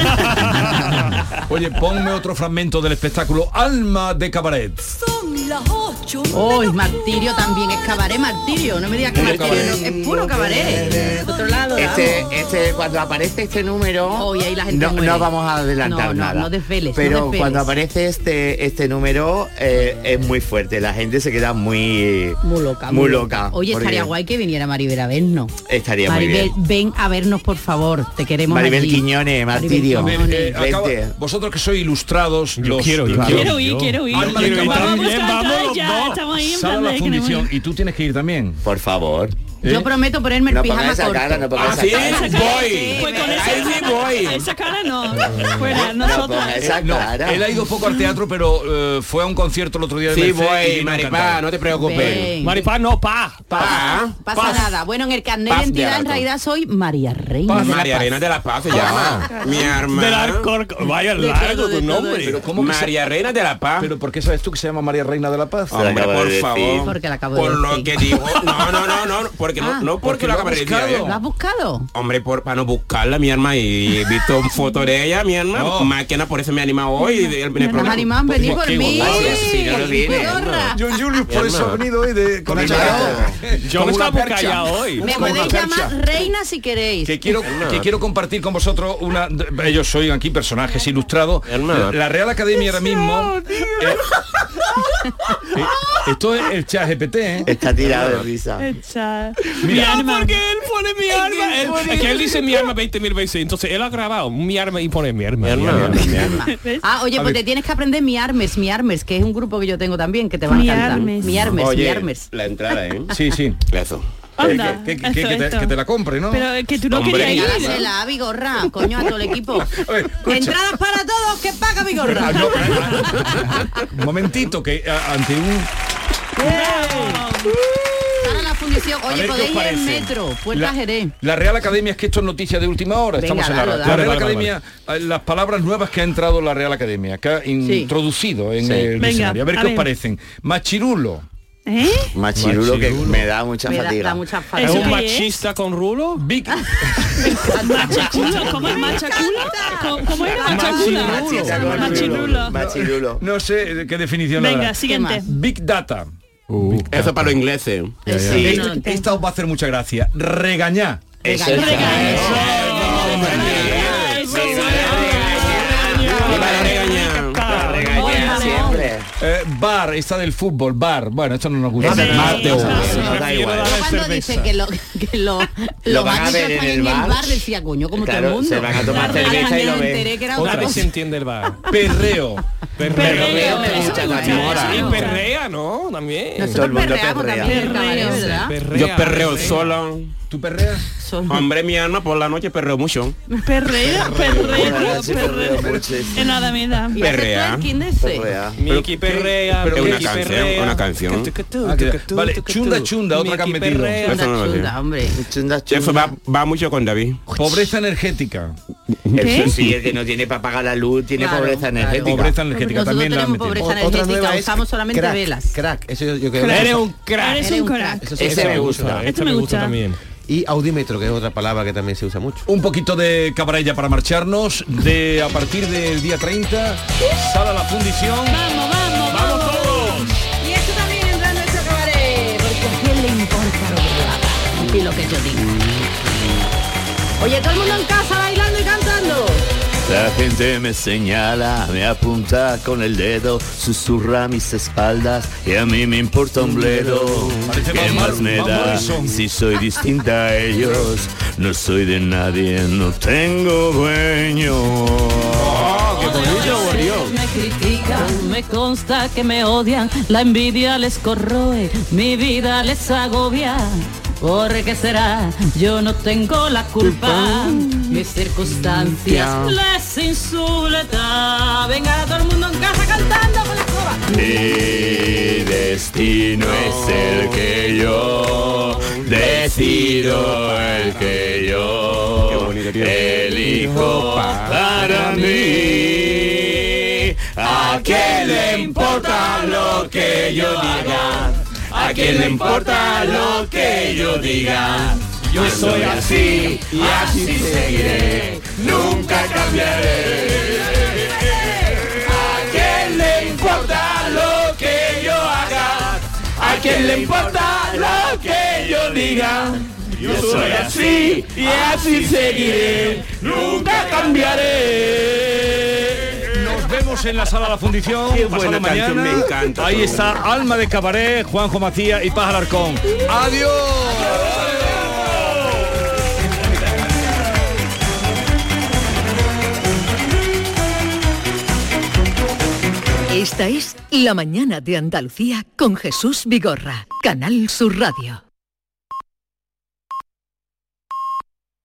S7: Oye, ponme otro fragmento del espectáculo Alma de Cabaret.
S17: Son las ocho. Oh, es martirio también, es cabaret martirio. No me digas que
S14: Puro
S17: martirio no,
S14: cabaret.
S17: es puro cabaret. Por otro lado,
S14: Este, este, cuando aparece este número,
S17: ahí la gente
S14: no,
S17: muere.
S14: no vamos a adelantar
S17: No, no,
S14: nada.
S17: no desveles, no
S14: Pero
S17: desveles.
S14: cuando aparece este este número eh, es muy fuerte. La gente se queda muy
S17: muy loca,
S14: muy loca.
S17: Oye,
S14: porque
S17: estaría guay que viniera Maribel a vernos.
S14: Estaría muy
S17: Maribel,
S14: bien.
S17: ven a vernos, por favor. Te queremos
S14: Maribel
S17: allí.
S14: Quiñones, martirio.
S7: A ver, eh,
S14: Vente.
S7: acaba- vosotros que sois ilustrados, los
S11: quiero ir,
S7: los-
S11: quiero Quiero ir, ir,
S13: quiero ir.
S7: Alma de
S13: Quiero ir
S7: Cabaret.
S13: también, Vamos a vamos los ya, dos. estamos ahí en
S7: Sala
S13: plan
S7: la
S13: de que nos
S7: fundición
S13: vamos.
S7: y tú tienes que ir también. ¿Eh?
S14: Por favor.
S17: Yo prometo ponerme el
S14: No
S17: pijama
S14: pongáis esa
S17: corto.
S14: cara, no pongáis
S13: Ah, ¿sí?
S14: esa cara.
S13: Esa cara Voy. sí, Pues con esa cara-
S14: Esa
S13: cara no. Fuera, nosotros.
S14: esa
S7: Eh, No,
S14: cara.
S7: él ha ido poco al teatro, pero eh, fue a un concierto el otro día de
S11: Sí,
S7: Merced
S11: voy,
S7: y vino
S11: Maripá,
S7: encantado.
S11: no te preocupes. Ven. Maripá, no, pa.
S14: Ah,
S7: Pa.
S17: Pasa
S7: Paz.
S17: nada. Bueno, en el carnet
S7: Paz de
S17: de identidad en
S7: Arco.
S17: realidad soy María Reina.
S12: María Arena de la Paz se llama. Mi arma.
S11: Del Alcor- vaya De largo todo, de tu todo. nombre.
S12: Pero ¿cómo que
S7: María
S12: se- Reina de la Paz.
S7: Pero ¿por qué sabes tú que se llama María Reina de la Paz?
S12: Hombre, Te la acabo por de decir. favor.
S17: Porque la acabo
S12: Por
S17: de
S12: lo
S17: decir.
S12: que dijo. No, no, no, no. Porque no, no porque lo eh? acabé de decir.
S17: ¿Lo
S12: ayer.
S17: has buscado?
S12: Hombre, por, para no buscarla, mi arma. Y he visto fotos de ella, mi arma. Máquina, por eso me ha animado hoy. El, el
S17: Nos
S12: programa.
S17: animan, venid por
S12: Qué
S17: mí.
S12: guay, si no lo viene.
S17: Gorra.
S25: John Julius, por
S12: Mi
S25: eso ha
S12: hermano.
S25: venido hoy de, con el
S7: Yo
S25: Como
S7: estaba
S25: una
S7: muy
S25: percha.
S7: callado hoy.
S17: Me
S7: Como una
S17: podéis llamar
S7: percha.
S17: reina si queréis.
S7: Que quiero, que quiero compartir con vosotros una. Ellos soy aquí personajes ilustrados. La Real Academia ahora mismo. eh, eh, esto es el chat GPT, ¿eh?
S14: Está tirado de risa.
S13: Echa.
S11: Mi arma. Porque él pone mi
S13: que él
S11: arma. Él-
S13: pone-
S11: es que él dice mi arma 20.000 veces. Entonces él ha grabado mi arma y pone mi arma. Mi arma, mi arma.
S17: Ah, oye,
S11: A
S17: pues
S11: ver.
S17: te tienes que aprender Mi Armes, Mi Armes, que es un grupo que yo tengo también, que te va a
S11: Mi
S17: encantar.
S11: Armes.
S17: Mi Armes, Mi
S12: Oye,
S17: Armes.
S12: La entrada, ¿eh?
S7: Sí, sí.
S12: Eso.
S17: Anda,
S7: Que, que- que- que te, que te la compre, ¿no?
S17: Pero
S13: que
S17: tú
S13: no
S12: Hombre, querías ir, ¿eh?
S17: Regálásela a Vigorra, coño, a todo el equipo.
S7: escucha.
S17: Entradas para todos, que paga Vigorra.
S7: eh, Un momentito, que a- ante un.
S17: Para la fundición.
S7: A ver,
S17: Oye,
S7: ¿qué os
S17: podéis ir en
S7: parece?
S17: metro,
S7: La-
S17: Puerta Jerez.
S7: La Real Academia es que esto es noticia de última hora.
S17: Pues Venga,
S7: Estamos en la,
S17: dalo,
S7: la
S17: dalo.
S7: Real
S17: Vale, vale,
S7: Academia, eh, las palabras nuevas que ha entrado la Real Academia, que ha introducido en
S14: Sí.
S7: el
S14: Venga,
S7: diccionario. A ver
S14: a
S7: qué os
S14: ver.
S7: parecen. Machirulo.
S13: ¿Eh?
S14: Machirulo, que me da mucha
S17: Me da-
S14: fatiga.
S17: da mucha
S11: ¿Es
S17: fatiga.
S11: un machista con rulo?
S7: Big.
S13: Machaculo, ¿cómo es machaculo? ¿Cómo- ¿Cómo era machaculo? Machirulo.
S14: Machirulo.
S7: No sé eh, qué definición le
S13: Venga,
S7: dará.
S13: siguiente. ¿Qué más?
S7: Big Data.
S12: Uh, Eso para los ingleses.
S7: Sí,
S12: ya.
S7: esta- esta os va a hacer mucha gracia. Regañar.
S12: Eso es. Regañar.
S14: Siempre.
S7: Eh, bar, esta del fútbol, bar. Bueno, esto no nos gusta.
S14: Ese es Bar de
S7: Bar.
S14: uva.
S7: Da igual.
S17: Cuando dice que lo, que lo,
S7: Lo van a
S17: machos
S7: ver en
S17: están
S7: el bar.
S17: decía, coño, como
S7: Claro,
S17: todo el mundo.
S7: se van a tomar
S17: Ahora
S7: cerveza
S17: ya
S7: y lo
S17: me
S7: ven.
S17: enteré que era
S7: Otra
S17: otra
S7: vez
S17: cosa.
S11: se entiende el bar.
S7: Perreo.
S11: Perreo.
S7: Perreo.
S11: me gusta,
S7: Perreo.
S11: también.
S7: Perreo.
S11: Y perrea, ¿no? También.
S7: Nosotros Todo el mundo perreamos
S12: Yo perreo solo.
S7: ¿Tú perreas?
S12: Hombre, mi alma, por la noche perreo mucho.
S8: Perreo, perreo, perreo. En nada me da.
S12: Perrea.
S37: Miki perrea,
S12: Es una
S37: Miki
S12: canción,
S37: perrea.
S12: una canción.
S7: Ah, que- Vale, chunda chunda, otra que han
S12: Miki
S7: metido.
S12: perrea. Eso no lo sé.
S34: hombre.
S12: Eso va, va mucho con David.
S7: Pobreza energética.
S14: ¿Qué? Eso sí, el que no tiene para pagar la luz, tiene
S34: ¿Eh? Claro,
S14: pobreza
S34: claro.
S14: energética.
S34: Pobreza energética, Nosotros también la han tenemos metido. pobreza
S9: Otra
S34: energética,
S9: nueva es
S34: usamos solamente
S9: crack,
S34: velas.
S9: Crack, eso yo, yo creo
S34: Crack. Eres un crack. Eres un crack.
S9: Eso sí,
S34: Ese
S9: eso
S34: me gusta. Este
S9: Esta
S34: me gusta.
S9: Y audímetro, que es otra palabra que también se usa mucho.
S7: Un poquito de cabarella para marcharnos. De a partir del día 30, sala la fundición.
S8: Vamos, vamos,
S7: vamos todos.
S34: Y esto también entra en nuestro cabaret, porque a quién le importa lo que yo haga y lo que yo diga. Oye, todo el mundo en casa bailando y cantando.
S13: La gente me señala, me apunta con el dedo, susurra mis espaldas y a mí me importa un bledo.
S7: Parece
S13: ¿Qué
S7: Van
S13: más
S7: Mar-
S13: me
S7: Van
S13: da
S7: Morrison.
S13: si soy distinta a ellos? No soy de nadie, no tengo dueño. Ah,
S34: Me critican, me consta que me odian, la envidia les corroe, mi vida les agobia. ¿Por qué será? Yo no tengo la culpa. Mis circunstancias les insultan. Venga, todo el mundo en casa cantando con la escoba.
S13: Mi destino es el que yo decido, el que yo elijo para mí. ¿A quién le importa lo que yo diga? ¿A quién le importa lo que yo diga? Yo soy así y así seguiré, nunca cambiaré. ¿A quién le importa lo que yo haga? ¿A quién le importa lo que yo diga? Yo soy así y así seguiré, nunca cambiaré.
S7: Nos vemos en la sala La Fundición.
S12: Qué
S7: pasado
S12: buena
S7: mañana.
S12: canción, me encanta.
S7: Ahí está Alma de Cabaret, Juanjo Macías y Paz Alarcón. ¡Adiós!
S3: Esta es La Mañana de Andalucía con Jesús Vigorra, Canal Sur Radio.